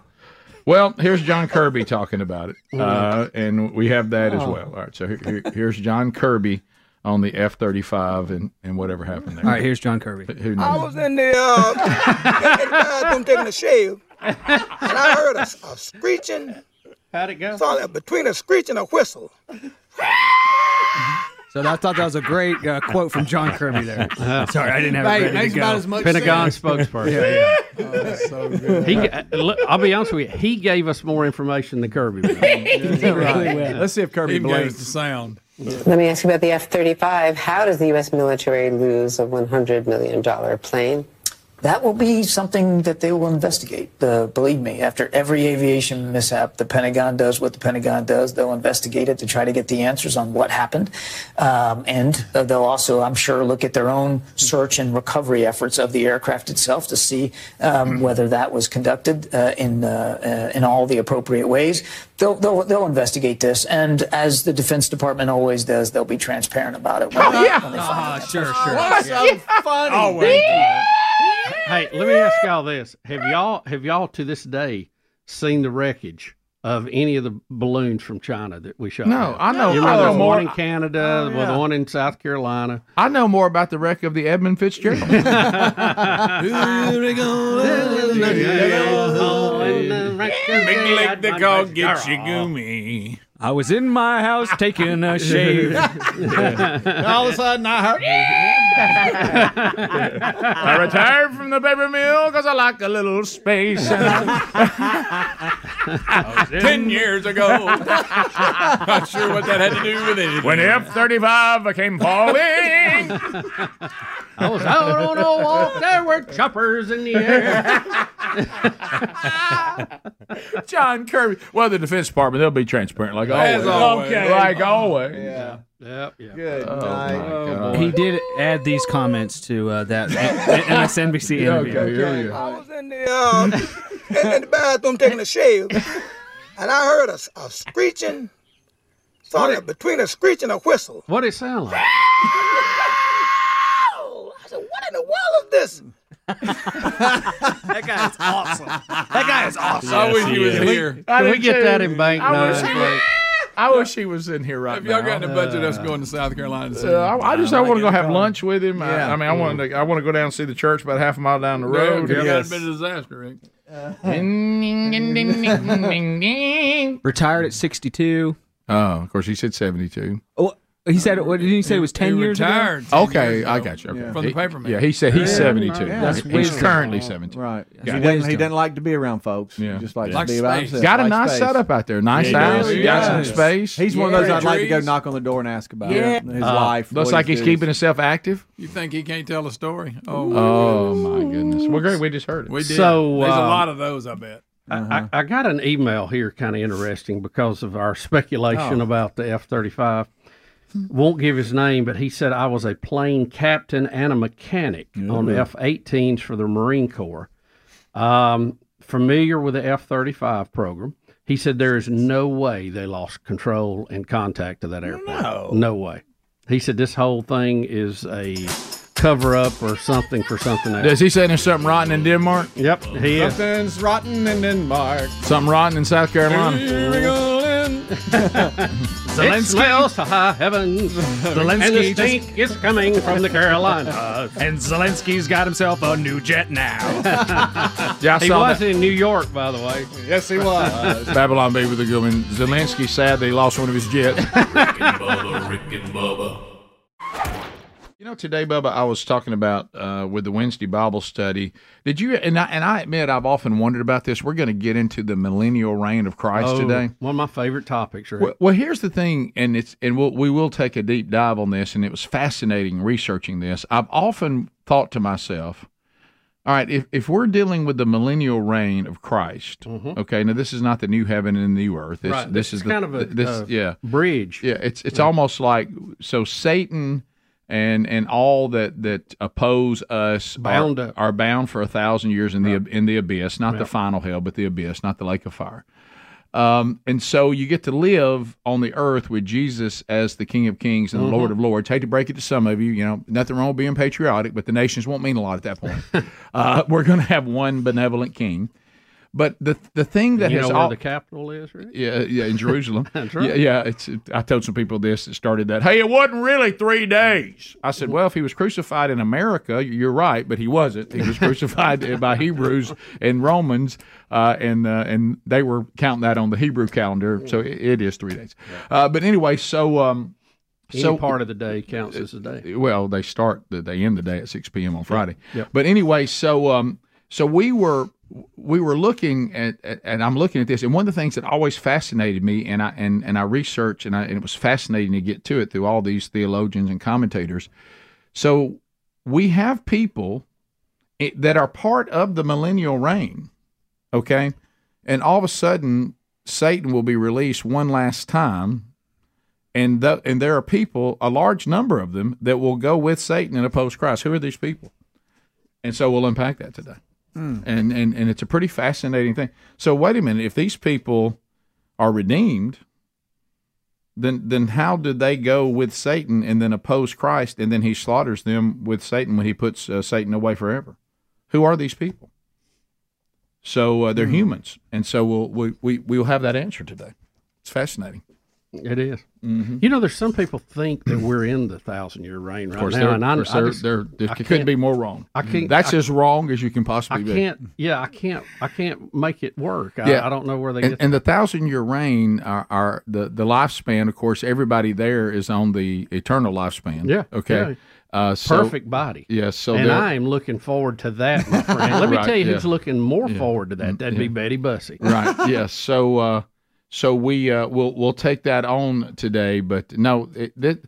Well, here's John Kirby talking about it, uh, and we have that as Oh. well. All right, so here, here- here's John Kirby on the F thirty five and and whatever happened there. All right, here's John Kirby. Who I knows? was in the, uh, in the bathroom taking a shave, and I heard a, a screeching. How'd it go? between a screech and a whistle. So I thought that was a great uh, quote from John Kirby there. Sorry, I didn't have Right, it ready makes to go. about as much Pentagon sense. spokesperson. yeah, yeah. He, ga- look, I'll be honest with you. He gave us more information than Kirby. Let's see if Kirby Even gave believes us the sound. Let me ask you about the F 35. How does the U.S. military lose a $100 million plane? That will be something that they will investigate. Uh, believe me, after every aviation mishap, the Pentagon does what the Pentagon does. They'll investigate it to try to get the answers on what happened. Um, and uh, they'll also, I'm sure, look at their own search and recovery efforts of the aircraft itself to see um, whether that was conducted uh, in, uh, uh, in all the appropriate ways. They'll, they'll, they'll investigate this. And as the Defense Department always does, they'll be transparent about it. when they- when they find Uh-huh. Ah, sure, sure. What's Yeah. Oh, funny? Hey, let me ask y'all this: Have y'all have y'all to this day seen the wreckage of any of the balloons from China that we shot? No, down? I know- You I know remember the more- one in Canada, Oh, yeah. the one in South Carolina. I know more about the wreck of the Edmund Fitzgerald. Big leg the dog gets you goomy. I was in my house taking a shave. All of a sudden, I heard. I retired from the paper mill because I like a little space. And I- Ten years ago. Not sure what that had to do with anything. When F thirty five became falling. I was out on a walk. There were choppers in the air. John Kirby. Well, the Defense Department, they'll be transparent, like always. As always. Okay. Like always. Yeah. Yep. yep. Good Oh, night. my Oh, God. He did add these comments to uh, that MSNBC interview. I was in the, uh, in, in the bathroom taking a shave, and I heard a, a screeching. Sorry, between a screech and a whistle. What it sound like? I said, "What in the world is this?" that guy is awesome. That guy is awesome. I wish he was Can we- here. I Can we do get too. that in Bank I wish, Nine, he was, Blake? I wish he was in here right If now. y'all got in a budget, us going to South Carolina. Uh, I, I just I want to go have lunch with him. I- I, Yeah. mean, I want to I want to go down and see the church about half a mile down the road. It have been a disaster, Rick. Uh, Retired at 62. Oh, of course, he said seventy-two. Oh, he said, what did he say? It was 10 years retired ago? Okay, I got you. Okay. From the He- paper mill. Yeah, he said he's Yeah. seventy-two. Yeah. That's he's wisdom. Oh, currently seventy-two. Right. 'Cause Yeah. He, doesn't, he Wisdom. doesn't like to be around folks. He just likes Like to be by space. himself. Got a Like nice space. setup out there. Nice He does. house. He Got does. some space. He's one of those Yeah. I'd like to go Trees. knock on the door and ask about. Yeah. His Uh, life. Looks what like he's doing. keeping himself active. You think he can't tell a story? Oh, Oh my goodness! Well, great. We just heard it. we did. So, There's a um, Mm-hmm. lot of those, I bet. I, I I got an email here, kind of interesting because of our speculation Oh. about the F 35. Won't give his name, but he said, I was a plane captain and a mechanic on Ooh. F 18s for the Marine Corps. Um, familiar with the F 35 program. He said, There is no way they lost control and contact of that airplane. No, way. He said, This whole thing is a cover up or something for something else. Does he say there's something rotten in Denmark? Yep, he is. Something's rotten in Denmark. Something rotten in South Carolina. It smells to high heavens. and the Zelensky just- stink is coming from the Carolinas. And Zelensky's got himself a new jet now. Yeah, I he saw was that. in New York, by the way. Oh, Yes, he was. Babylon B with a good one. Zelensky sad that he lost one of his jets. Bubba, Rick and Bubba. You know, today, Bubba, I was talking about uh, with the Wednesday Bible study. Did you and I, and I admit I've often wondered about this. We're going to get into the millennial reign of Christ Oh, today. One of my favorite topics, right? Well, well, here's the thing, and it's and we'll, we will take a deep dive on this, and it was fascinating researching this. I've often thought to myself, All right, if, if we're dealing with the millennial reign of Christ, okay, now this is not the new heaven and the new earth. This, Mm-hmm. Right, this this is is the, kind of a- this, a yeah bridge. Mm. Yeah, it's it's almost like so Satan and and all that that oppose us Bound are, up. are bound for a thousand years in the in the abyss, not the Yep. final hell, but the abyss, not the lake of fire. Um, and so you get to live on the earth with Jesus as the King of Kings and the Lord Mhm. of Lords. Hate to break it to some of you, you know, nothing wrong with being patriotic, but the nations won't mean a lot at that point. uh, we're going to have one benevolent King. But the the thing that you has know where al- the capital is, right? yeah, yeah, in Jerusalem. That's right. Yeah, yeah, it's. I told some people this that started that. Hey, it wasn't really three days. I said, well, if he was crucified in America, you're right, but he wasn't. He was crucified by Hebrews and Romans, uh, and uh, and they were counting that on the Hebrew calendar, so it, it is three days. Uh, but anyway, so um, Any so part of the day counts as a day. well, they start the they end the day at six p.m. on Friday. Yep. But anyway, so um, so we were we were looking at, at and I'm looking at this, and one of the things that always fascinated me, and I and and I researched, and I and it was fascinating to get to it through all these theologians and commentators. So we have people i- that are part of the millennial reign, okay, and all of a sudden Satan will be released one last time and th- and there are people, a large number of them, that will go with Satan and oppose Christ. Who are these people? And so we'll unpack that today. Mm. And, and and it's a pretty fascinating thing. So wait a minute, if these people are redeemed, then then how did they go with Satan and then oppose Christ and then he slaughters them with Satan when he puts uh, Satan away forever? Who are these people? So uh, they're Hmm. humans, and so we'll we, we we'll have that answer today. It's fascinating. It is. You know, there's some people think that we're in the thousand year reign right Mm-hmm. Of course, now, they're, and I, of course, I they're- just- they're- they I couldn't can't- be more wrong. Mm. I can't. That's I, as wrong as you can possibly I be. can't. Yeah, I can't. I can't make it work. I, I don't know where they and, get. and the thousand year reign are, are the the lifespan. Of course, everybody there is on the eternal lifespan. Yeah, Okay. Uh, so, perfect body. Yes. so and they're- I am looking forward to that, my friend. Let me Right, tell you yeah. who's looking more Yeah. forward to that. That'd be Betty Bussey. right. Yes. So uh, so we uh, we'll we'll take that on today. But no, it, that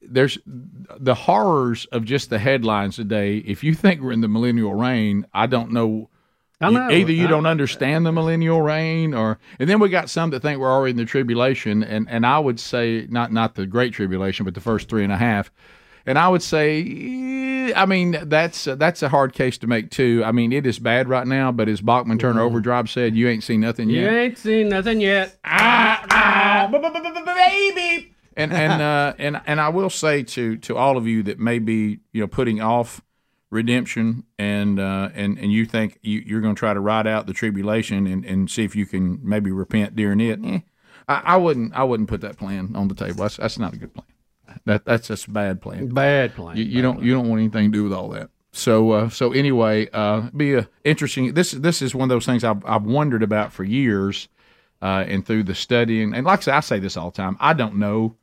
there's the horrors of just the headlines today. If you think we're in the millennial reign, I don't know. E-, I know. Either you I- don't understand the millennial reign, or and then we got some that think we're already in the tribulation, and and I would say not not the great tribulation, but the first three and a half, and I would say, eh, I mean that's that's a hard case to make too. I mean it is bad right now, but as Bachman Turner Overdrive said, you ain't seen nothing You yet. ain't seen nothing yet. Ah, baby. and and uh, and and I will say to to all of you that may be you know putting off redemption and uh, and and you think you, you're going to try to ride out the tribulation and, and see if you can maybe repent during it. Eh, I, I wouldn't I wouldn't put that plan on the table. That's that's not a good plan. That that's just a bad plan. Bad plan. You, you don't you don't want anything to do with all that. So uh, so anyway, uh, be a interesting. This this is one of those things I've I've wondered about for years, uh, and through the studying and like I, say, I say this all the time. I don't know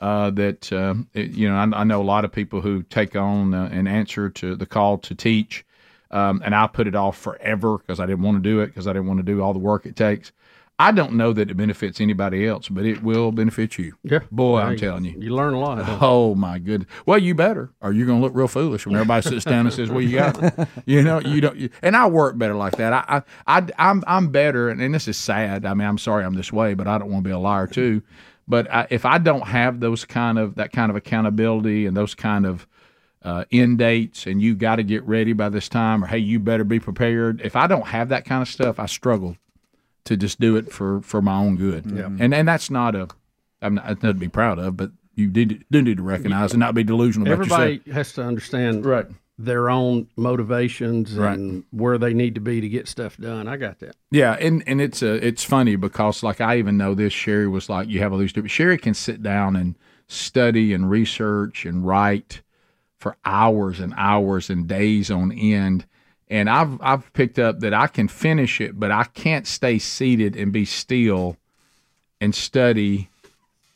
uh, that uh, it- you know I, I know a lot of people who take on uh, an answer to the call to teach, um, and I put it off forever because I didn't want to do it because I didn't want to do all the work it takes. I don't know that it benefits anybody else, but it will benefit you. Yeah, boy, There I'm you- telling you, you learn a lot. don't you? Oh my goodness! Well, you better, or you're going to look real foolish when everybody sits down and says, "Well, you got," you know, you don't. You, and I work better like that. I, I, I I'm, I'm better, and, and this is sad. I mean, I'm sorry I'm this way, but I don't want to be a liar too. But I, if I don't have those kind of that kind of accountability and those kind of uh, end dates, and you got to get ready by this time, or hey, you better be prepared. If I don't have that kind of stuff, I struggle to just do it for for my own good. Yeah. And and that's not a I'm not, it's nothing to be proud of, but you did, do need to recognize and not be delusional about Everybody yourself. has to understand right. their own motivations and where they need to be to get stuff done. I got that. Yeah, and and it's uh, it's funny because like I even know this. Sherry was like, you have all these different. Sherry can sit down and study and research and write for hours and hours and days on end. And I've I've picked up that I can finish it, but I can't stay seated and be still and study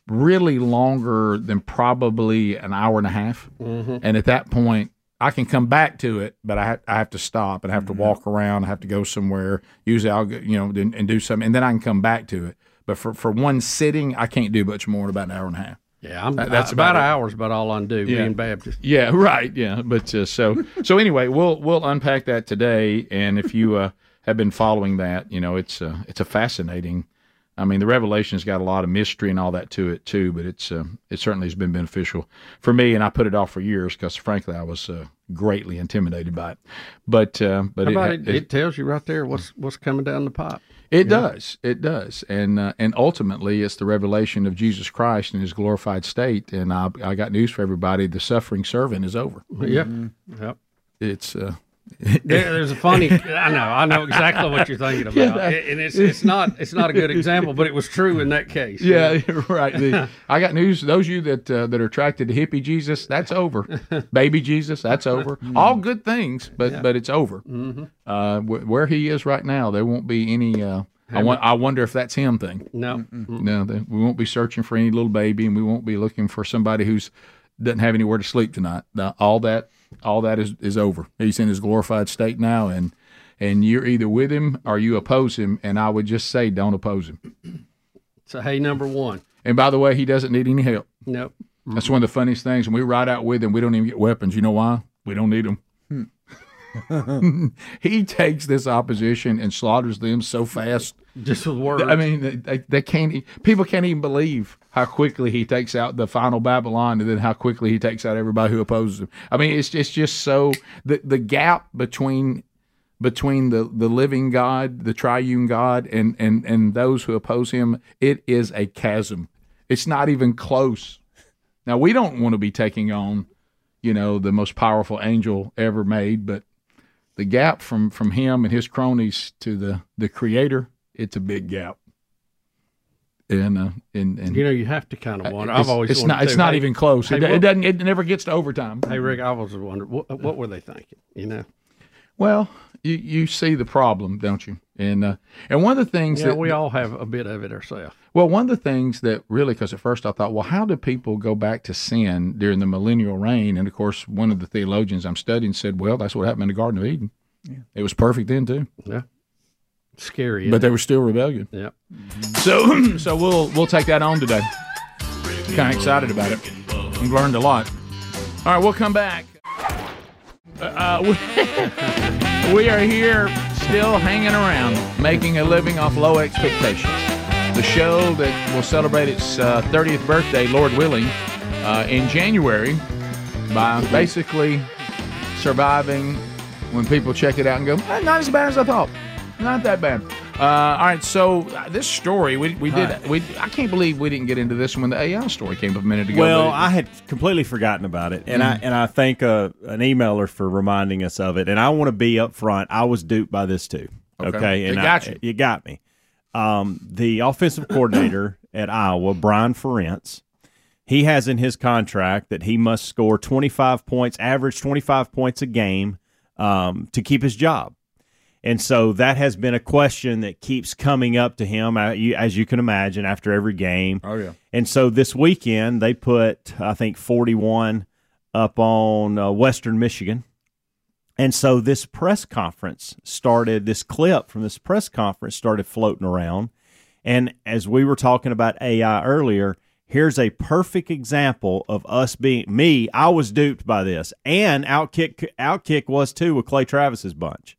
really longer than probably an hour and a half. Mhm. And at that point, I can come back to it, but I ha- I have to stop and I have to walk around. I have to go somewhere. Usually, I'll go, you know and, and do something, and then I can come back to it. But for for one sitting, I can't do much more than about an hour and a half. Yeah, I'm, That- that's I- about about, an it. hour's about all I can do. Being Baptist. Yeah, right. Yeah, but uh, so so anyway, we'll we'll unpack that today. And if you uh, have been following that, you know it's uh, it's a fascinating. I mean, the Revelation's got a lot of mystery and all that to it too. But it's uh, it certainly has been beneficial for me, and I put it off for years because frankly I was uh, greatly intimidated by it. But uh, but How it, about ha- it, it, tells you right there what's what's coming down the pipe. it does. It does. And uh, and ultimately, it's the revelation of Jesus Christ in His glorified state. And I I got news for everybody: the suffering servant is over. Yep. Yep. It's uh, Mm-hmm. There, there's a funny. I know. I know exactly what you're thinking about, Yeah, that- and it's it's not it's not a good example, but it was true in that case. Yeah, you're right. The- I got news. Those of you that uh, that are attracted to hippie Jesus, that's over. Baby Jesus, that's over. All good things, but Mm. Yeah. but it's over. Mhm. Uh, wh- where he is right now, there won't be any. Uh, I, Have won- I wonder if that's him thing. No. No, th- we won't be searching for any little baby, and we won't be looking for somebody who's doesn't have anywhere to sleep tonight. Now, all that, all that is is over. He's in his glorified state now, and and you're either with him or you oppose him. And I would just say, don't oppose him. So hey, number one. And by the way, he doesn't need any help. Nope. That's one of the funniest things. When we ride out with him, we don't even get weapons. You know why? We don't need them. Hmm. he takes this opposition and slaughters them so fast. Just with words. I mean, they- they, they can't. e- People can't even believe how quickly he takes out the final Babylon, and then how quickly he takes out everybody who opposes him. I mean, it's it's just so the the gap between between the the living God, the triune God, and and and those who oppose him, it is a chasm. It's not even close. Now we don't want to be taking on, you know, the most powerful angel ever made, but the gap from from him and his cronies to the the creator, it's a big gap. And uh, and and Uh, You know, you have to kind of wonder. It's- I've always it's wondered, not- it's too. not even close. It- it what- doesn't- it never gets to overtime. Hey, Rick, I was wondering what, what were they thinking? You know, well, you you see the problem, don't you? And uh, and one of the things yeah, that we all have a bit of it ourselves. Well, one of the things that really, because at first I thought, well, how do people go back to sin during the millennial reign? And of course, one of the theologians I'm studying said, well, that's what happened in the Garden of Eden. It was perfect then too, Yeah, scary. isn't but there it? was still rebellion. Yep. So, so we'll we'll take that on today. Kind of excited about it. We've learned a lot. All right, we'll come back. Uh, we, we are here, still hanging around, making a living off low expectations. The show that will celebrate its uh, 30th birthday, Lord willing, uh, in January by basically surviving when people check it out and go, "Eh, not as bad as I thought. Not that bad. Uh, all right, so uh, this story we, we did Hi. we I can't believe we didn't get into this when the AI story came up a minute ago. Well, but it- I had completely forgotten about it, and I Mhm. and I thank uh, an emailer for reminding us of it. And I want to be upfront. I was duped by this too. Okay. Okay, It and I- got you. You got me. Um, the offensive coordinator at Iowa, Brian Ferentz, he has in his contract that he must score twenty five points, average twenty five points a game, um, to keep his job. And so that has been a question that keeps coming up to him, uh, you- as you can imagine, after every game. Oh, yeah. And so this weekend they put I think 41 up on uh, Western Michigan. And so this press conference started this clip from this press conference started floating around. And as we were talking about AI earlier, here's a perfect example of us being me, I was duped by this. And Outkick Outkick was too with Clay Travis's bunch.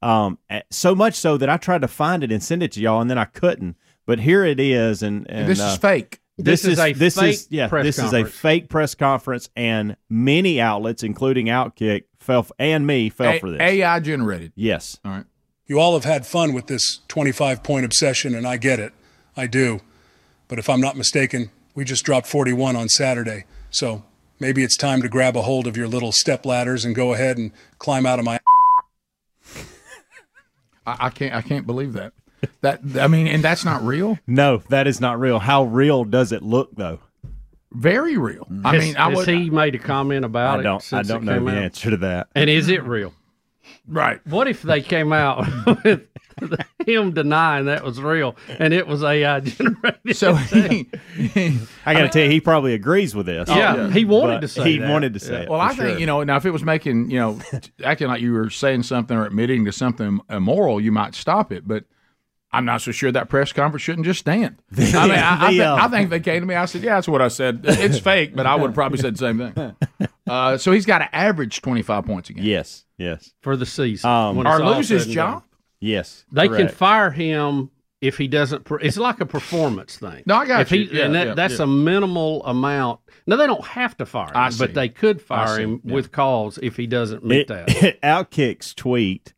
Um, eh, so much so that I tried to find it and send it to y'all, and then I couldn't. But here it is, and, and uh, This is fake. This, This is, is a this fake is yeah. press this conference. is a fake press conference, and many outlets, including Outkick, fell f- and me, fell A- for this. AI generated. Yes. All right. You all have had fun with this 25 point obsession, and I get it. I do. But if I'm not mistaken, we just dropped 41 on Saturday. So maybe it's time to grab a hold of your little step ladders and go ahead and climb out of my. I, I can't I can't believe that. That I mean, and that's not real. No, that is not real. How real does it look, though? Very real. I Has- mean, I has would. he made a comment about I it? don't. I since don't it know came the out? answer to that. And is it real? Right. What if they came out with him denying that was real and it was AI generated? So he, I got to tell you, he probably agrees with this. Yeah, he wanted to say He that. wanted to say it. Well, for I think sure. you know. Now, if it was making you know, acting like you were saying something or admitting to something immoral, you might stop it. But I'm not so sure that press conference shouldn't just stand. I mean, I, I, The, thi- uh, I think they came to me. I said, "Yeah, that's what I said. It's fake, but I would have probably said the same thing." Uh, so he's got to average 25 points a game. Yes, yes. For the season. Um, when it's or all lose said his and job. done. Yes. They correct. can fire him if he doesn't. per- It's like a performance thing. No, I got if you. He, Yeah, and that, yeah, that's yeah. a minimal amount. Now they don't have to fire him, I see. but they could fire see, him yeah. with cause if he doesn't It- meet that. Outkick's tweet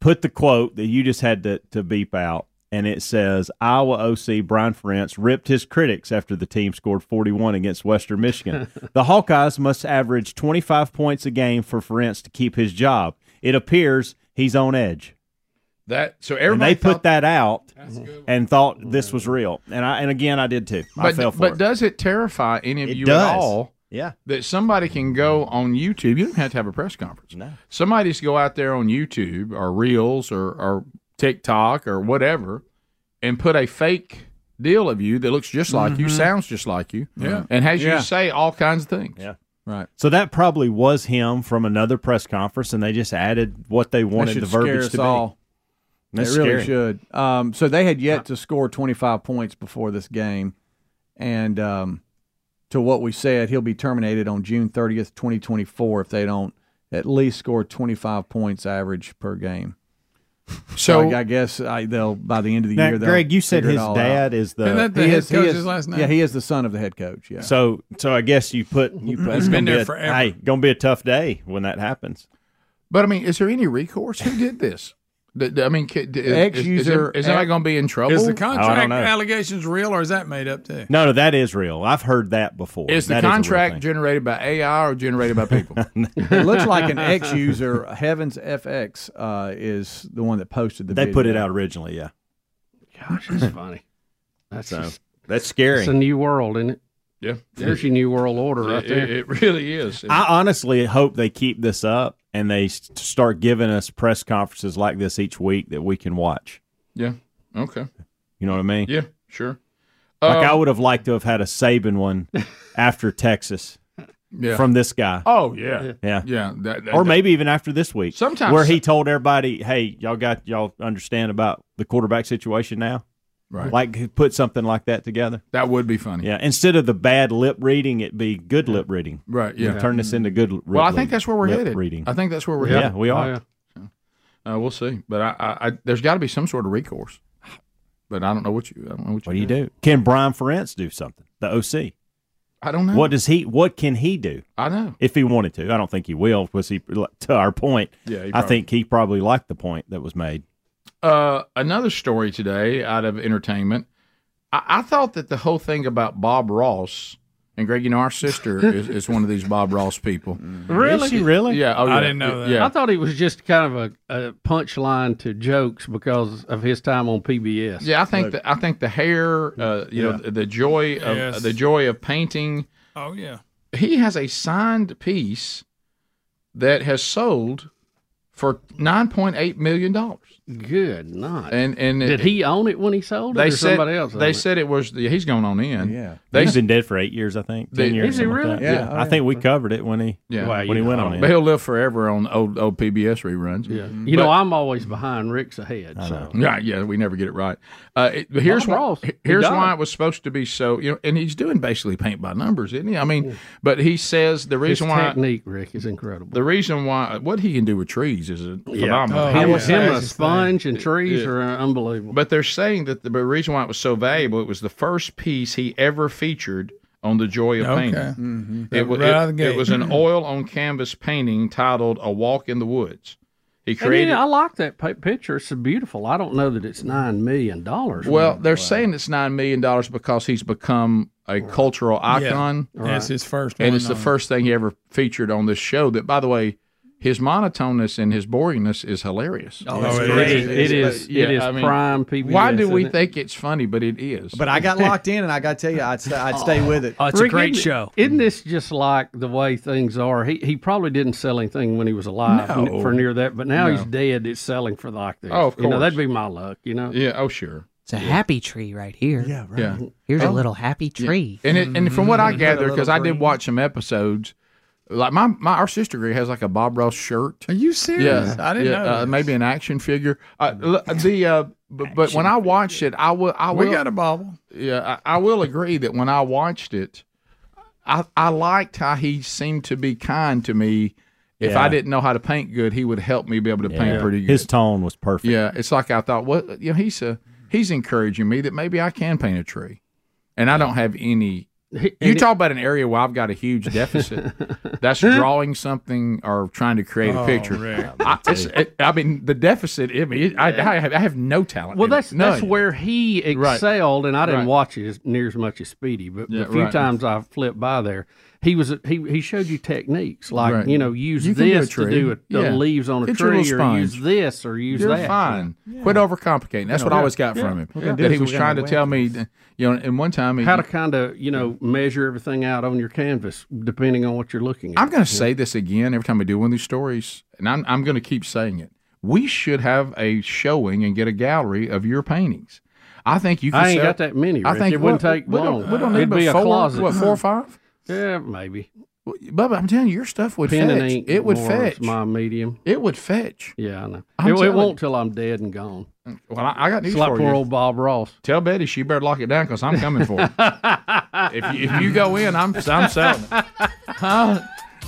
put the quote that you just had to, to beep out, and it says Iowa OC Brian Ferentz ripped his critics after the team scored 41 against Western Michigan. the Hawkeyes must average 25 points a game for Ferentz to keep his job. It appears he's on edge. That so And everybody they put that out and thought this was real. And I and again I did too. I But, fell for but it. does it terrify any of It you does. at all? Yeah. That somebody can go on YouTube. You don't have to have a press conference. No. Somebody's go out there on YouTube or Reels or, or TikTok or whatever and put a fake deal of you that looks just like you, Mm-hmm. Mhm. sounds just like you, Yeah. and has Yeah. you say all kinds of things. Yeah. Right. So that probably was him from another press conference, and they just added what they wanted should the scare verbiage us to be. all. It That's scary. really should. Um, so they had yet to score 25 points before this game. And um, to what we said, he'll be terminated on June 30th, 2024, if they don't at least score 25 points average per game. So- I, I guess I, they'll by the end of the Now, year. they'll Greg, you said figure it his all dad out. is the- Isn't that the He head is- he coach's is- last name? Yeah, he is the son of the head coach. Yeah. So, so I guess you put you put, it's Been gonna be there a- forever. Hey, gonna be a tough day when that happens. But I mean, is there any recourse? Who did this? Th- th- I mean, ca- d- Ex is, is, user- there- is anybody going to be in trouble? Is the I don't contract know. allegations real or is that made up too? No, no, that is real. I've heard that before. Is the That a real contract thing. generated by AI or generated by people? it looks like an ex user. Heavens FX uh, is the one that posted the. They put it video. out originally. Yeah. Gosh, that's funny. That's So, just- that's scary. It's a new world, isn't it? Yeah. There's your new world order It- right there. it- it really is. I honestly hope they keep this up and they s- start giving us press conferences like this each week that we can watch. yeah. Okay. You know what I mean? Yeah. Sure. Like I Um, would have liked to have had a Saban one after Texas Yeah. from this guy. Oh yeah. Yeah. Yeah. That, that- or that- maybe even after this week. Sometimes- where he told everybody, "Hey, y'all got y'all understand about the quarterback situation now." Right. Like put something like that together. That would be funny. Yeah. Instead of the bad lip reading, it'd be good lip reading. Right, You yeah. turn this into good. Lip Well, I think that's where we're lip headed. Reading. I think that's where we're Oh, yeah, headed. we are. Uh, we'll see, but I, I, I there's got to be some sort of recourse. But I don't know what you. I don't know what you. What do you do? Can Brian Ferentz do something? The OC. I don't know. What does he? What can he do? I know. If he wanted to, I don't think he will. Was he to our point? Yeah, he I probably- think he probably liked the point that was made. Uh, another story today out of entertainment. I, I thought that the whole thing about Bob Ross and Greg, you know, our sister is, is one of these Bob Ross people. Really? Is she really? Yeah. Oh, yeah. Yeah. I thought he was just kind of a, a punchline to jokes because of his time on PBS. Yeah, I think Look, the, I think the hair, uh, you know, Yeah. the, the joy of Yes. the joy of painting. Oh yeah. He has a signed piece that has sold for nine point eight million dollars. Good night. And and did he own it when he sold it? They or said somebody else. owned they it? said it was the, he's going on in. Yeah. they he's been said dead for eight years, I think. They- Ten years. Is he something like really? that. Yeah. I think we covered it when he. yeah when he went on But it. he'll live forever on old old PBS reruns. Mm-hmm. Yeah, you know, I'm always behind Rick's ahead. So Yeah, yeah, we never get it right. Uh, it, but here's Bob why. Ross, he Here's died. why it was supposed to be so. You know, and he's doing basically paint by numbers, isn't he? I mean, but he says the reason his why technique, Rick, is incredible. the reason why what he can do with trees is a phenomenal. Oh, him, him and Oh, a sponge and trees Yeah. are unbelievable. But they're saying that the reason why it was so valuable, it was the first piece he ever featured on the joy of Okay. Mm-hmm. painting. Mm-hmm. Right It, wa- out of the it, gate. it was an oil on canvas painting titled "A Walk in the Woods." He And, you created. know, I like that pa- picture. It's beautiful. I don't know that it's nine million dollars. Well, they're saying it's nine million dollars because he's become a cultural icon. Yeah. Right. It's his first and one it's the on it. first thing he ever featured on this show. That, by the way, his monotoneness and his boringness is hilarious. Oh, it's It great. is- it is- Yeah, it is I mean, prime PBS, Why do we isn't it? think it's funny? But it is. But I got locked in, and I got to tell you, I'd stay, I'd stay with Oh, it. Rick, isn't- Isn't this just like the way things are? He he probably didn't sell anything when he was alive No. n- for near that, but now No. he's dead. It's selling for like this. Oh, of You know, course. that'd be my luck. You know. Yeah. Oh, sure. It's a happy tree right here. Yeah, right. Yeah. Here's a Oh. little happy Yeah. tree. Mm-hmm. And it, and from what I gather, because I Little did watch some episodes, Like my, my our sister Greg has like a Bob Ross shirt. Are you serious? Yeah, I didn't yeah, know Uh, this. maybe an action figure. Uh, l- the uh, but, but when I watched it, I will. I We will, got a bobble. Yeah, I, I will agree that when I watched it, I I liked how he seemed to be kind to me. If I Yeah. didn't know how to paint good, he would help me be able to paint Yeah. pretty good. His tone was perfect. Yeah, it's like I thought. Well, you know, he's uh he's encouraging me that maybe I can paint a tree, and I don't have any. You and talk about an area where I've got a huge deficit. That's Hmm? drawing something or trying to create a Oh, picture. Rick. I, it's, it, I mean, the deficit. I mean, I, I, have, I have no talent. Well, in it. that's None. that's where he excelled, and I didn't Right. watch it as, near as much as Speedy, but Yeah, the few right. times I flipped by there, he was he he showed you techniques like Right. you know use You can do a this to tree. do it, the Yeah. leaves on a Get your tree, or little use sponge. this or use You're that. fine. Quit overcomplicating. That's Yeah. what I always got Yeah. from him. What we're gonna do That is he we're was gonna trying to whack tell me, that, you know, and one time he, How to kind of you know measure everything out on your canvas depending on what you're looking at. I'm going to say this again every time we do one of these stories, and I'm, I'm going to keep saying it. We should have a showing and get a gallery of your paintings. I think you. Can I ain't sell- got that many. I think it wouldn't we- take we long. don't- We don't need It'd but be a four, closet. What four or five? Yeah, maybe. Bubba, I'm telling you, your stuff would Pen and fetch. ink it would more is fetch. my medium. It would fetch. Yeah, I know. I'm It, it telling won't till I'm dead and gone. Well, I, I got news It's like for poor you. old Bob Ross. Tell Betty she better lock it down because I'm coming for it. if, you, if you go in, I'm I'm selling it. Huh?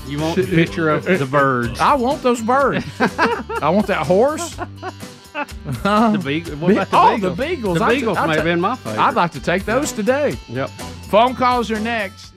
You want the picture of the birds? I want those birds. I want that horse. the beagle. What about the oh, beagles? the beagles. The I'd- beagles I'd may ta- have been my favorite. I'd like to take those today. Yep. Phone calls are next.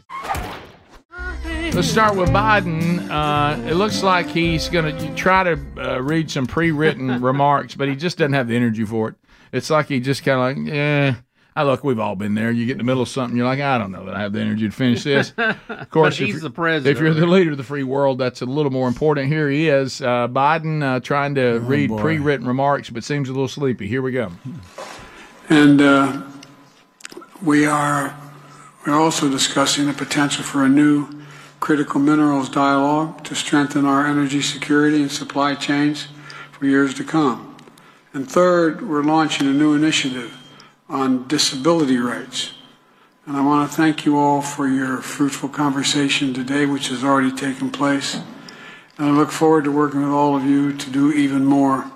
Let's start with Biden. Uh, it looks like he's going to try to uh, read some pre-written remarks, but he just doesn't have the energy for it. It's like he just kind of like, yeah. I look, we've all been there. You get in the middle of something, you're like, I don't know that I have the energy to finish this. Of course, But if he's you're- the president. If you're the leader of the free world, that's a little more important. Here he is, uh, Biden, uh, trying to read boy. pre-written remarks, but seems a little sleepy. Here we go. And uh, we are we're also discussing the potential for a new critical minerals dialogue to strengthen our energy security and supply chains for years to come. And third, we're launching a new initiative on disability rights. And I want to thank you all for your fruitful conversation today, which has already taken place. And I look forward to working with all of you to do even more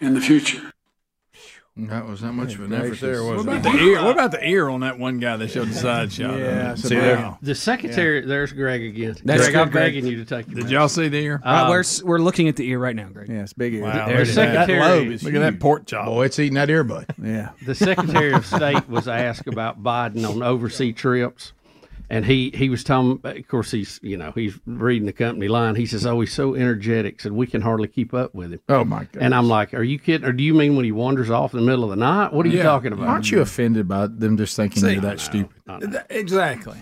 in the future. That was that much of an effort Gracious. there, What wasn't about it? the ear? What about the ear on that one guy that showed the side shot? Yeah, see so there. The secretary, there's Greg again. That's Greg, I'm good, Greg. begging you to take the Did mask. y'all see the ear? Uh, Um, we're, s- we're looking at the ear right now, Greg. Yeah, it's big ear. Wow, There it is. That secretary- lobe is Look at that huge. pork chop. Boy, it's eating that earbud. Yeah. the Secretary of State was asked about Biden on overseas trips, and he he was telling, of course, he's you know he's reading the company line. He says, "Oh, he's so energetic, said we can hardly keep up with him." Oh my god! And I'm like, "Are you kidding? Or do you mean when he wanders off in the middle of the night? What are you talking about?" Aren't you offended by them just thinking See, you're that stupid? Exactly.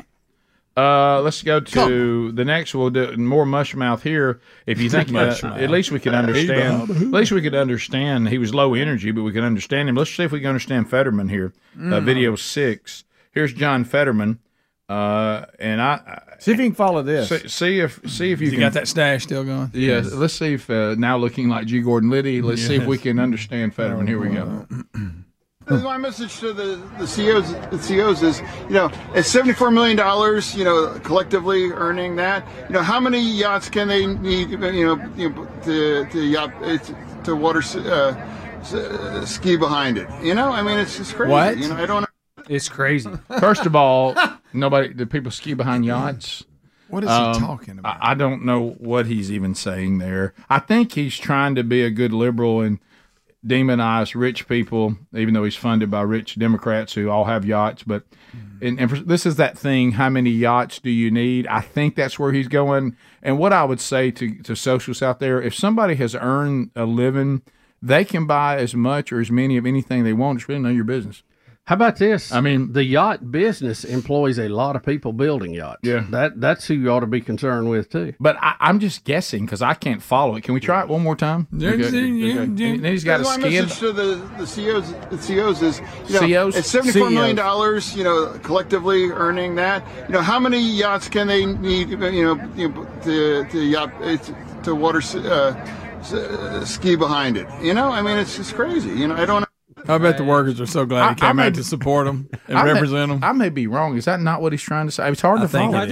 Uh, let's go to the next. We'll do more mush mouth here. If you think uh, Mushmouth. at least we can understand. Bob. at least we could understand. He was low energy, but we can understand him. Let's see if we can understand Fetterman here. Uh, Mm. video six. Here's John Fetterman. Uh, and I See if you can follow this. see, see if see if you, You can, got that stash still going? Yeah. Let's see if uh, now looking like G. Gordon Liddy. Let's see if we can understand Fetterman. Here we go. My message to the, the CEOs, the CEOs is, you know, at $74 million, you know, collectively earning that, you know, how many yachts can they need, you know, you know to, to yacht, it's- to water s- uh, s- uh, ski behind it? You know, I mean, it's just crazy. What? You know, I don't It's crazy. First of all, nobody. Do people ski behind yachts? What is he talking about? I, I don't know what he's even saying there. I think he's trying to be a good liberal and demonize rich people, even though he's funded by rich Democrats who all have yachts. But Mm. and, and for, this is that thing: how many yachts do you need? I think that's where he's going. And what I would say to to socialists out there: if somebody has earned a living, they can buy as much or as many of anything they want. It's really none of your business. How about this? I mean, the yacht business employs a lot of people building yachts. Yeah. that that's who you ought to be concerned with too. But I, I'm just guessing because I can't follow it. Can we try it one more time? Yeah, Okay. yeah, Okay. yeah. And then he's got a My skin. message to the, the CEOs, the CEOs is, you know, CEOs? at seventy-four million dollars, you know, collectively earning that, you know, how many yachts can they need, you know, you know to, to yacht it's- to water s- uh, s- uh, ski behind it? You know, I mean, it's just crazy. You know, I don't. I bet the workers are so glad he I- I came may- out to support them and I may- represent them. I may be wrong. Is that not what he's trying to say? It's hard to follow. I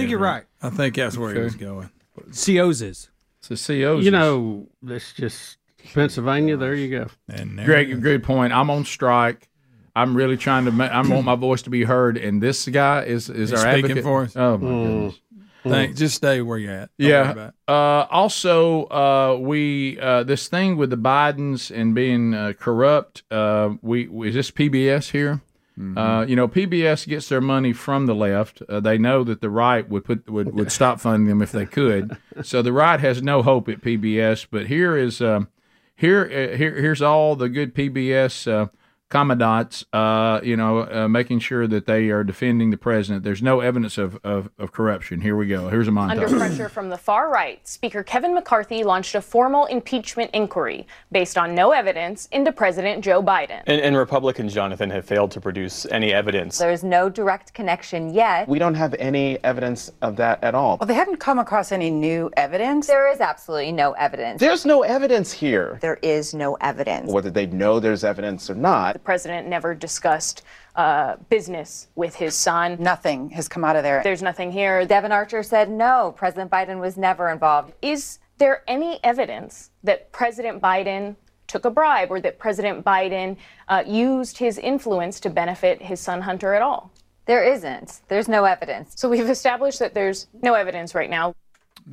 think that's where he was going. COs is. It's a COs. You know, it's just Pennsylvania. There you go. And Greg, good point. I'm on strike. I'm really trying to. Ma- I want my voice to be heard, and this guy is is He's our speaking advocate for us. Oh my Mm. goodness. Thank- just stay where you're at. Don't worry about Yeah. it. Uh, also, uh, we uh, this thing with the Bidens and being uh, corrupt. Uh, we, we- is this PBS here? Mm-hmm. Uh, you know, PBS gets their money from the left. Uh, they know that the right would put would, would stop funding them if they could. So the right has no hope at PBS. But here is um here uh, here here's all the good PBS. Uh, Commandants, uh, you know, uh, making sure that they are defending the president. There's no evidence of, of, of corruption. Here we go. Here's a montage. Under pressure from the far right, Speaker Kevin McCarthy launched a formal impeachment inquiry based on no evidence into President Joe Biden. And, and Republicans, Jonathan, have failed to produce any evidence. There's no direct connection yet. We don't have any evidence of that at all. Well, they haven't come across any new evidence. There is absolutely no evidence. There's no evidence here. There is no evidence. Whether they know there's evidence or not. The president never discussed uh, business with his son. Nothing has come out of there. There's nothing here. Devin Archer said no, President Biden was never involved. Is there any evidence that President Biden took a bribe or that President Biden uh, used his influence to benefit his son Hunter at all? There isn't. There's no evidence. So we've established that there's no evidence right now.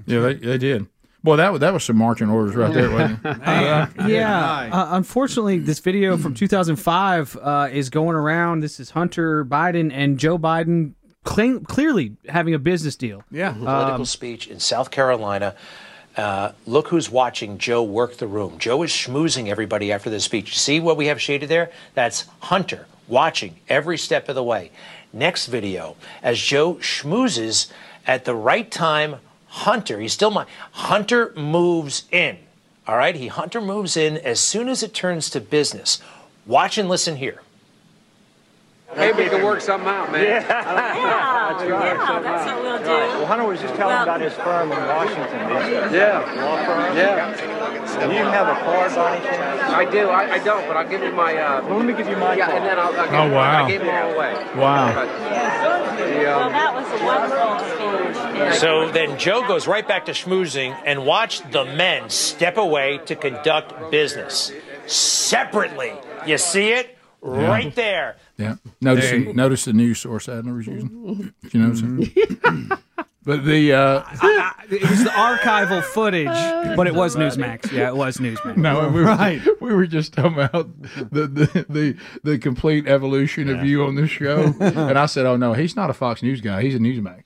Yeah, they, they did. Boy, that was that was some marching orders right there, wasn't it? yeah. Uh, unfortunately, this video Hmm. from 2005 uh, is going around. This is Hunter Biden and Joe Biden claim, clearly having a business deal. Yeah. Um, Political speech in South Carolina. Uh, look who's watching Joe work the room. Joe is schmoozing everybody after the speech. You see what we have shaded there? That's Hunter watching every step of the way. Next video, as Joe schmoozes at the right time, Hunter, he's still my Hunter moves in. All right, he Hunter moves in as soon as it turns to business. Watch and listen here. Maybe we can work something out, man. Yeah. that's right. Yeah, that's what we'll do. Well, Hunter was just telling about his firm in Washington. Yeah. Law firm. Yeah. Do you have a card by any chance? I do. I, I don't, but I'll give you my. Uh, let me give you my Yeah, and then I'll, I'll give Oh, you- wow. I gave it all away. Wow. But the, um, that was a wonderful speech. So then Joe goes right back to schmoozing and watch the men step away to conduct business separately. You see it? Yeah. Right there. Yeah. Notice There you- notice the news source Adler was using. Did you notice that? but the uh, It was the archival footage, but it was Newsmax. Yeah, it was Newsmax. no, we were, we were just talking about the the, the, the complete evolution of you on this show, and I said, "Oh no, he's not a Fox News guy. He's a Newsmax."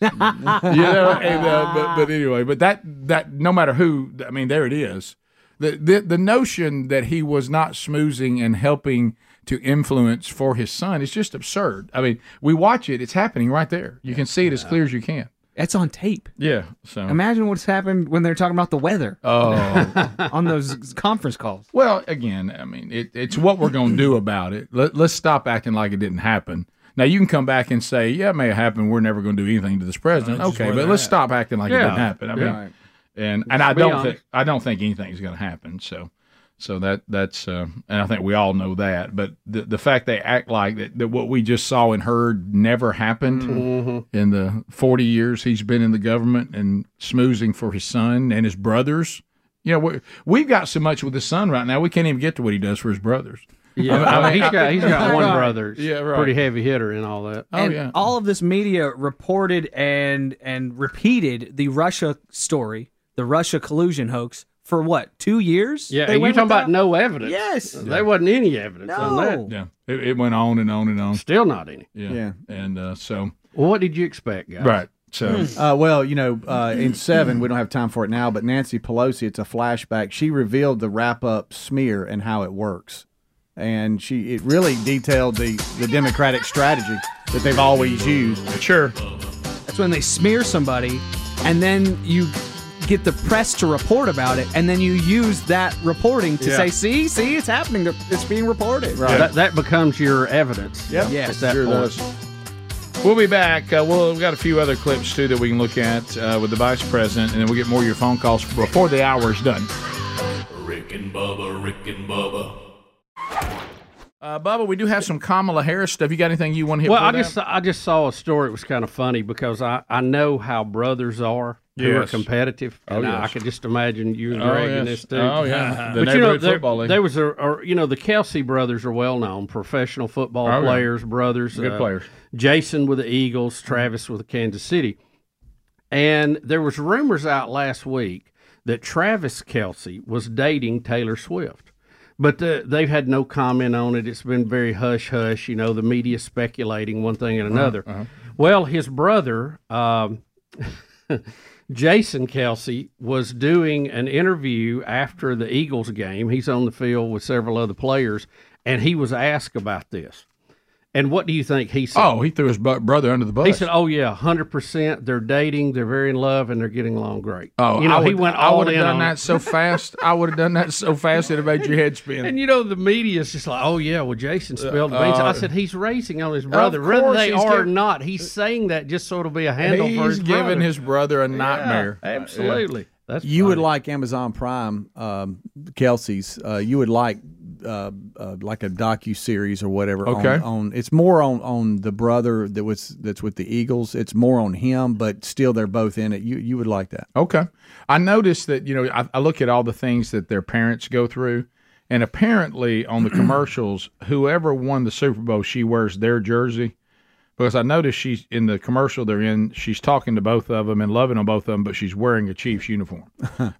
you know, and, uh, but, but anyway, but that that no matter who, I mean, there it is. The, the the notion that he was not smoozing and helping to influence for his son is just absurd. I mean, we watch it; it's happening right there. You can see it as clear as you can. It's on tape. Yeah. So Imagine what's happened when they're talking about the weather. Oh. on those conference calls. Well, again, I mean, it, it's what we're going to do about it. Let, let's stop acting like it didn't happen. Now you can come back and say, "Yeah, it may have happened. We're never going to do anything to this president." That's just okay, where but they're let's at. stop acting like it Yeah. didn't happen. I mean, Yeah. Right. and Just and I be don't honest. think I don't think anything's going to happen. So, so that that's uh, and I think we all know that. But the the fact they act like that, that what we just saw and heard never happened Mm-hmm. in the forty years he's been in the government and smoozing for his son and his brothers. You know, we, we've got so much with his son right now. We can't even get to what he does for his brothers. Yeah, I mean, he's got he's got one brother. that's Yeah, right. Pretty heavy hitter and all Oh, that. and all of this media reported and and repeated the Russia story, the Russia collusion hoax for what two years? Yeah, They and you went talking without- about no evidence? Yes. there wasn't any evidence on that. Yeah, it, it went on and on and on. Still not any. Yeah, and uh, so what did you expect, guys? Right. So uh, well, you know, uh, in seven, we don't have time for it now, but Nancy Pelosi, it's a flashback. She revealed the wrap up smear and how it works. And she, it really detailed the, the Democratic strategy that they've always used. Sure. That's when they smear somebody, and then you get the press to report about it, and then you use that reporting to Yeah. say, "See, see, it's happening. It's being reported." Right. That, that becomes your evidence. Yep. Yeah. Yes. At that Sure point. We'll be back. Uh, we'll, we've got a few other clips too that we can look at uh, with the vice president, and then we'll get more of your phone calls before the hour is done. Rick and Bubba, Rick and Bubba. Uh, Bubba, we do have some Kamala Harris stuff. You got anything you want to hit? Well, for I that? just I just saw a story. It was kind of funny because I, I know how brothers are who are Yes. competitive. Oh, and I, I yes. could just imagine you and Oh, Greg yes. in this too. Oh, yeah. The but you know, neighborhood there, football league. there was a, or, you know the Kelsey brothers are well known professional football Oh, yeah. players, brothers, uh, Good players. Jason with the Eagles, Travis with the Kansas City, and there was rumors out last week that Travis Kelsey was dating Taylor Swift. But the, they've had no comment on it. It's been very hush hush. You know, the media speculating one thing and Uh-huh, another. uh-huh. Well, his brother, um, Jason Kelsey, was doing an interview after the Eagles game. He's on the field with several other players, and he was asked about this. And what do you think he said? Oh, he threw his bu- brother under the bus. He said, "Oh yeah, hundred percent. They're dating. They're very in love, and they're getting along great." Oh, you know, I would, he went I all would in have done on that it. so fast. I would have done that so fast it made your head spin. And you know the media is just like, oh yeah, well Jason spilled the Uh, beans. uh, I said he's racing on his brother, whether course they he's are or giv- not. He's saying that just so it'll be a handle for his He's giving brother. his brother a nightmare. Yeah, absolutely. That's you would like Amazon Prime, um, Kelsey's. Uh, you would like uh, uh, like a docu series or whatever. on- Okay. On, it's more on on the brother that was that's with the Eagles. It's more on him, but still they're both in it. You you would like that. Okay. I noticed that, you know, I, I look at all the things that their parents go through. And apparently on the commercials, whoever won the Super Bowl, she wears their jersey. Because I noticed she's in the commercial they're in, she's talking to both of them and loving on both of them, but she's wearing a Chiefs uniform,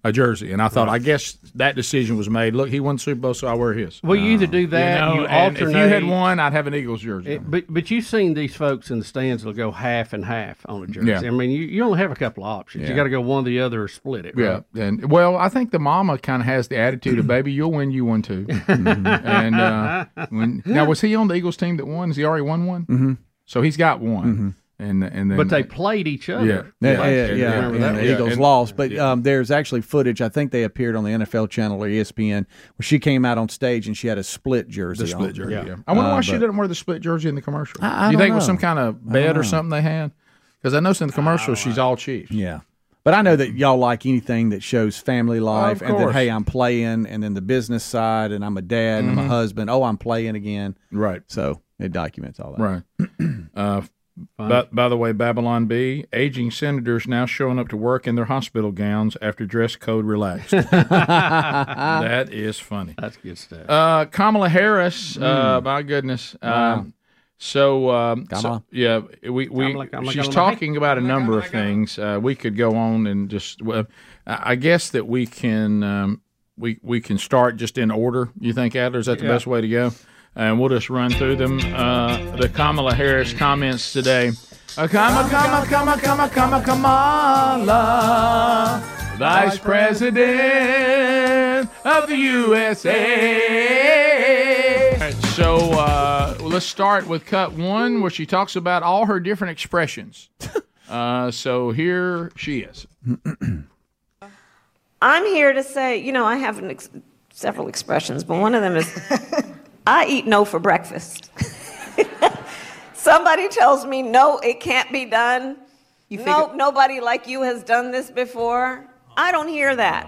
a jersey. And I thought, I guess that decision was made. Look, he won the Super Bowl, so I wear his. Well, you either do that, know, you and If you had alternate. won, I'd have an Eagles jersey. It- but but you've seen these folks in the stands that'll go half and half on a jersey. Yeah. I mean, you, you only have a couple of options. Yeah. You got to go one or the other or split it. Uh, Yeah, right? and well, I think the mama kind of has the attitude of "baby, you'll win, you won too." and uh, when, now, was he on the Eagles team that won? Has he already won one? Mhm. So he's got one, Mm-hmm. and and then But they played each other. Yeah, Yeah, Like, yeah, and- yeah, remember and that? the Yeah, Eagles and- lost, but um, there's actually footage. I think they appeared on the NFL Channel or E ESPN where she came out on stage and she had a split jersey. The split on. jersey. Yeah. I wonder Uh, why she but- didn't wear the split jersey in the commercial. I- I Do you don't think it was know. some kind I of don't bed know. or something they had? Because I noticed in the commercial she's all Chiefs. Yeah. But I know that y'all like anything that shows family life, and then course. hey, I'm playing, and then the business side, and I'm a dad, and I'm Mhm. a husband. Oh, I'm playing again. Right. So it documents all that. Right. uh, by, by the way, Babylon B, aging senators now showing up to work in their hospital gowns after dress code relaxed. that is funny. That's good stuff. Uh, Kamala Harris, uh, Mm. my goodness. Wow. Um, so, um, so- Kamala. yeah, we, we Kamala, Kamala, she's Kamala. talking about a number of things. Uh, we could go on and just. Well, I I guess that we can um, we we can start just in order. You think Adler is that the Yeah. best way to go? And we'll just run through them. Uh, the Kamala Harris comments today. Uh, Kamala, Kamala, Kamala, Kamala, Kamala, Kamala, Vice President of the USA. All right, so uh, let's start with cut one, where she talks about all her different expressions. Uh, so here she is. I'm here to say, you know, I have an ex- several expressions, but one of them is I eat no for breakfast. Somebody tells me, no, it can't be done. no, nobody like you has done this before. I don't hear that.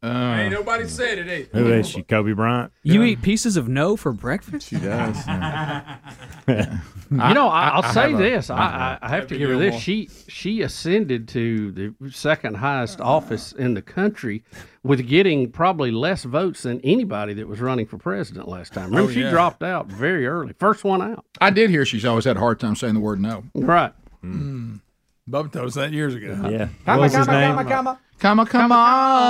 Ain't nobody said it either. Uh, Who is she? Kobe Bryant. You eat pieces of no for breakfast? She does. Hmm. you know, I, I'll say have a- this. I, I, I have to give her this. She she ascended to the second highest office in the country with getting probably less votes than anybody that was running for president last time. Remember, Oh, she yeah. dropped out very early, first one out. I did hear she's always had a hard time saying the word no. Right. Bubba told us that years ago. Yeah. Kama, What was his kama, name? kama, kama. Kama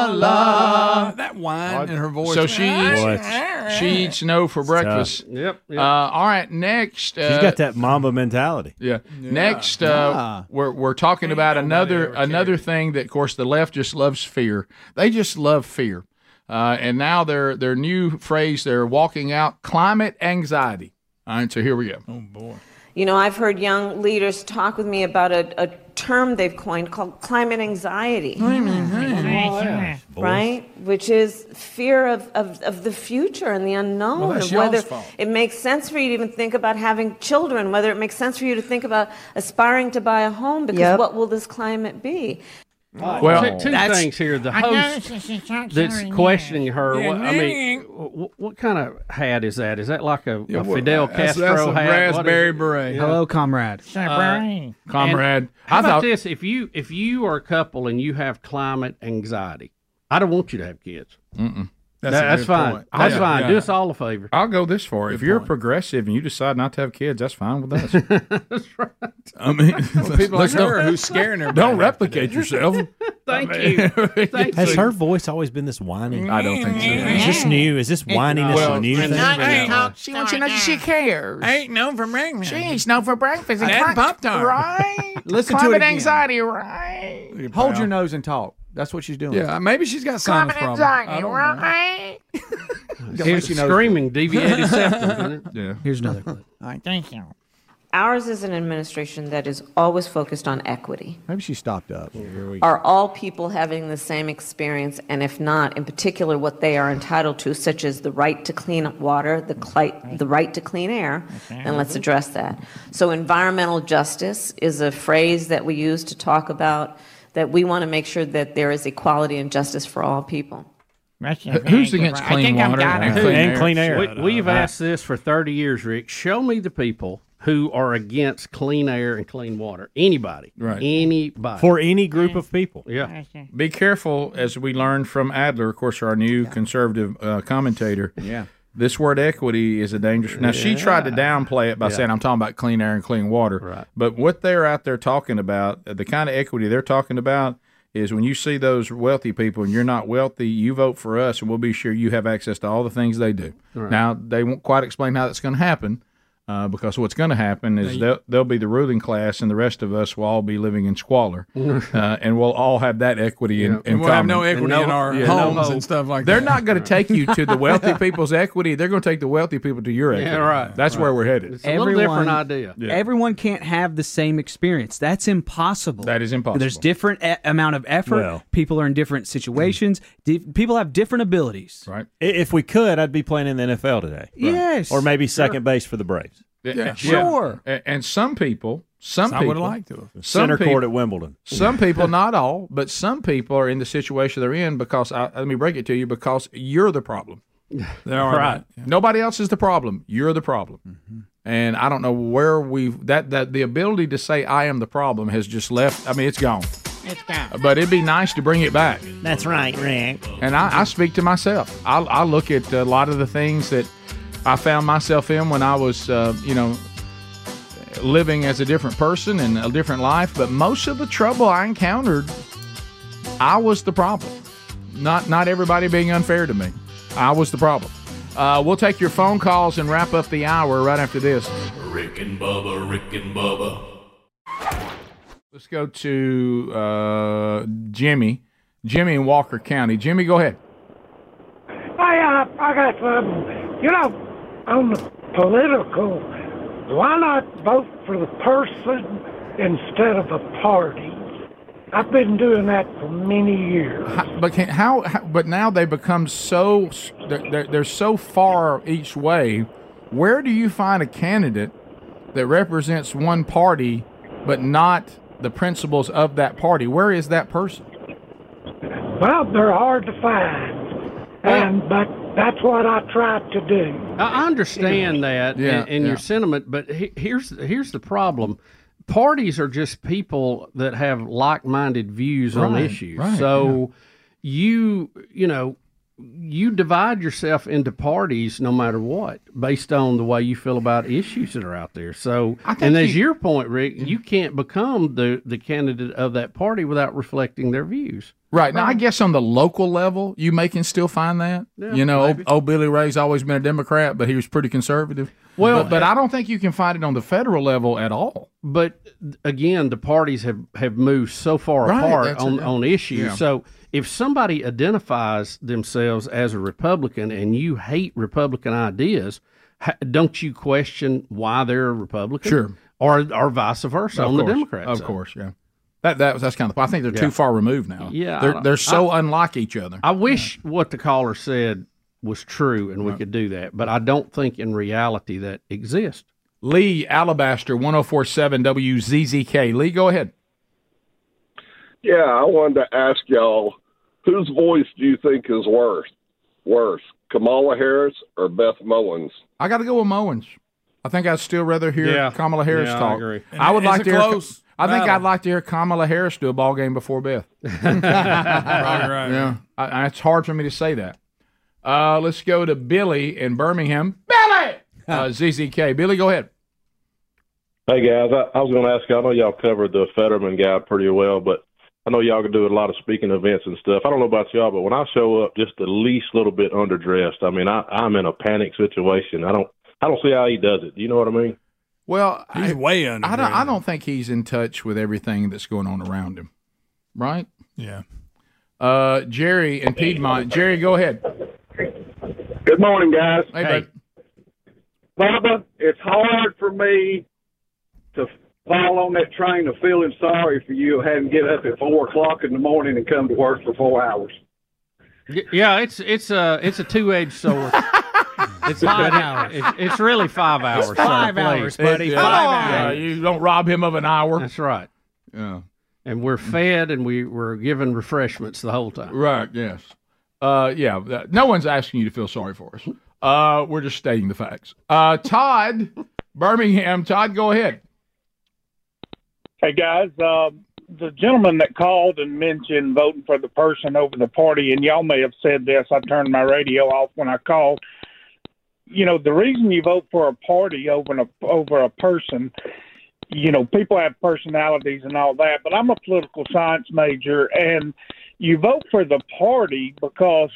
Kamala. That whine in her voice. So she What? eats, she eats no for breakfast. tough. Yep. Uh, all right. Next, uh, She's got that Mamba mentality. Yeah. Next, uh, Ah. we're we're talking about another another thing that, of course, the left just loves fear. They just love fear, uh, and now their their new phrase they're walking out climate anxiety. All right, so here we go. Oh boy. You know, I've heard young leaders talk with me about a, a term they've coined called climate anxiety. Climate anxiety. Oh, yeah. Right? Which is fear of, of, of the future and the unknown, Well, that's of y'all's whether fault. it makes sense for you to even think about having children, whether it makes sense for you to think about aspiring to buy a home, because Yep. what will this climate be? Well- two, two That's- things here. The I host noticed it's not that's very questioning her. Yeah, What, I mean, what, what kind of hat is that? Is that like a, Yeah, a well, Fidel that's- Castro that's a hat? What is raspberry it? Uh, beret. Hello, comrade. Raspberry. Comrade. How I about thought- this? If you if you are a couple and you have climate anxiety, I don't want you to have kids. Mm-mm. That's a That's good fine. point. That's Yeah, fine. yeah. Do us all a favor. I'll go this far. if you're progressive and you decide not to have kids, that's fine with us. that's right. I mean, people like let's don't- her who's scaring everybody Don't replicate yourself. Thank you. Thank Has you. her voice always been this whining? I don't think so. Is this new? Is this whininess Well, a new it's thing? not Yeah. new. She wants you to know she cares. I ain't known for breakfast. She ain't known for breakfast. That Cli- Pop-Tart. Right? Listen to Climate it again. anxiety, right? Hold your nose and talk. That's what she's doing. Yeah, maybe she's got sinus Climate problem. anxiety, I don't right? It's screaming deviated septum. isn't it? Yeah. Here's another clip. Thank you. Ours is an administration that is always focused on equity. Maybe she stopped up. Are all people having the same experience? And if not, in particular, what they are entitled to, such as the right to clean water, the, cli- the right to clean air, then let's address that. So, environmental justice is a phrase that we use to talk about that we want to make sure that there is equality and justice for all people. Who's against I think clean I'm water down and on clean air? We, we've asked this for 30 years, Rick. Show me the people who are against clean air and clean water. Anybody. Right. Anybody. For any group of people. Yeah. Be careful, as we learned from Adler, of course, our new conservative uh, commentator. Yeah. This word equity is a dangerous. Now she tried to downplay it by Yeah. saying, "I'm talking about clean air and clean water." Right. But what they're out there talking about, uh, the kind of equity they're talking about, is when you see those wealthy people and you're not wealthy, you vote for us, and we'll be sure you have access to all the things they do. Right. Now they won't quite explain how that's going to happen, uh, because what's going to happen is Now you- they'll they'll be the ruling class, and the rest of us will all be living in squalor, uh, and we'll all have that equity in, in And we'll have common. no equity And no- in our yeah, no homes hope. and stuff like They're that. not going to take you to the wealthy people's equity. They're going to take the wealthy people to your Yeah, equity. right, That's right. where we're headed. Yeah. Everyone can't have the same experience. That's impossible. That is impossible. There's different e- amount of effort. Well. people are in different situations. Di- people have different abilities. Right. I- If we could, I'd be playing in the NFL today. Yes. Or maybe Sure. second base for the Braves. Yeah, Yeah, yeah. sure. A- And, some people, some That's what I people, would like to have. Center court at Wimbledon. Some people, not all, but some people are in the situation they're in because I, let me break it to you because you're the problem. They are right. Mm-hmm. Nobody else is the problem. You're the problem. And I don't know where we've that that the ability to say I am the problem has just left. I mean, it's gone. It's gone. But it'd be nice to bring it back. That's right, Rick. And I, I speak to myself. I, I look at a lot of the things that I found myself in when I was, uh, you know, living as a different person and a different life. But most of the trouble I encountered, I was the problem. Not not everybody being unfair to me. I was the problem. Uh, we'll take your phone calls and wrap up the hour right after this. Rick and Bubba, Rick and Bubba. Let's go to uh, Jimmy. Jimmy in Walker County. Jimmy, go ahead. I, uh, I got some, you know, on the political, why not vote for the person instead of the party? I've been doing that for many years. But can, how, how? But now they become so they're, they're- they're so far each way. Where do you find a candidate that represents one party but not the principles of that party? Where is that person? Well, they're hard to find, and but that's what I try to do. I I understand that Yeah, and, and yeah. your sentiment, but he, here's here's the problem. Parties are just people that have like-minded views on Right, issues. right, so you you know you divide yourself into parties no matter what based on the way you feel about issues that are out there. So and as your point, Rick, Mm-hmm. you can't become the the candidate of that party without reflecting their views. Right now, I guess on the local level, you may can still find that. Yeah, you know, old, maybe. old Billy Ray's always been a Democrat, but he was pretty conservative. Well, but, but I don't think you can find it on the federal level at all. But again, the parties have, have moved so far Right, apart that's on, it. on issues. Yeah. So if somebody identifies themselves as a Republican and you hate Republican ideas, ha- don't you question why they're a Republican? Sure. Or, or vice versa Of on course, the Democrat of side. course, yeah. That, that was that's kind of. I think they're Yeah. too far removed now. Yeah, I they're don't- they're so I- unlike each other. I wish what the caller said was true and we could do that, but I don't think in reality that exists. oh Lee Alabaster, 1047 WZZK. Lee, go ahead. Yeah, I wanted to ask y'all, whose voice do you think is worse? Worse, Kamala Harris or Beth Mowens? I got to go with Mowens. I think I'd still rather hear Yeah. Kamala Harris Yeah, I talk. agree. I would It's like a to hear. close I think battle. I'd like to hear Kamala Harris do a ball game before Beth. Right, right. Yeah, I, I- it's hard for me to say that. Uh, let's go to Billy in Birmingham. Billy, uh, ZZK. Billy, go ahead. Hey guys, I, I was going to ask you. I know y'all covered the Fetterman guy pretty well, but I know y'all can do a lot of speaking events and stuff. I don't know about y'all, but when I show up just the least little bit underdressed, I mean, I, I'm in a panic situation. I don't, I don't see how he does it. Do you know what I mean? Well, He's I, way I don't. I don't think he's in touch with everything that's going on around him. Right? Yeah. Uh, Jerry in Piedmont. Jerry, go ahead. Good morning, guys. Hey, Bubba, it's hard for me to fall on that train of feeling sorry for you having to get up at four o'clock in the morning and come to work for four hours. Y- Yeah, it's it's a it's a two edged sword. It's Five hours. It's, it's really five hours. sir, please. It- yeah, you don't rob him of an hour. That's right. uh, Yeah. And we're fed and we were given refreshments the whole time. Right. Yes. Uh, yeah. that- no one's asking you to feel sorry for us. Uh, we're just stating the facts. Uh, Todd, Birmingham. Todd, go ahead. Hey guys, uh, the gentleman that called and mentioned voting for the person over the party, and y'all may have said this. I turned my radio off when I called. You know, the reason you vote for a party over an, over a person, you know, people have personalities and all that. But I'm a political science major, and you vote for the party because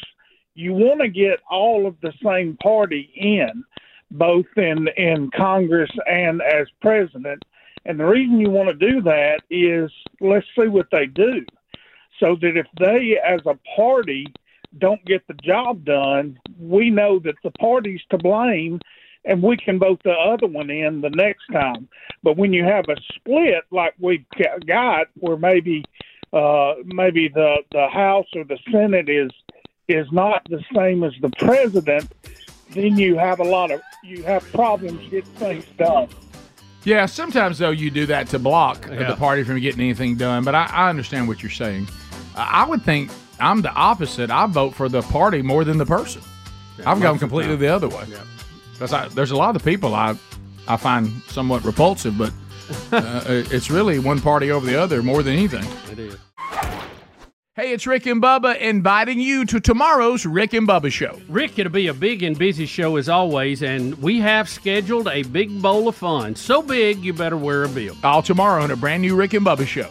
you want to get all of the same party in, both in in Congress and as president. And the reason you want to do that is let's see what they do, so that if they, as a party, don't get the job done, we know that the party's to blame, and we can vote the other one in the next time. But when you have a split like we've ca- got, where maybe uh, maybe the the House or the Senate is is not the same as the president, then you have a lot of you have problems getting things done. Yeah, sometimes though you do that to block the party from getting anything done. But I, I understand what you're saying. I I would think I'm the opposite. I vote for the party more than the person. I've most of gone the completely time. the other way. Yeah. Because I, there's a lot of people I I find somewhat repulsive, but uh, it's really one party over the other more than anything. It is. Hey, it's Rick and Bubba inviting you to tomorrow's Rick and Bubba Show. Rick, it'll be a big and busy show as always, and we have scheduled a big bowl of fun. So big, you better wear a bill. All tomorrow on a brand new Rick and Bubba Show.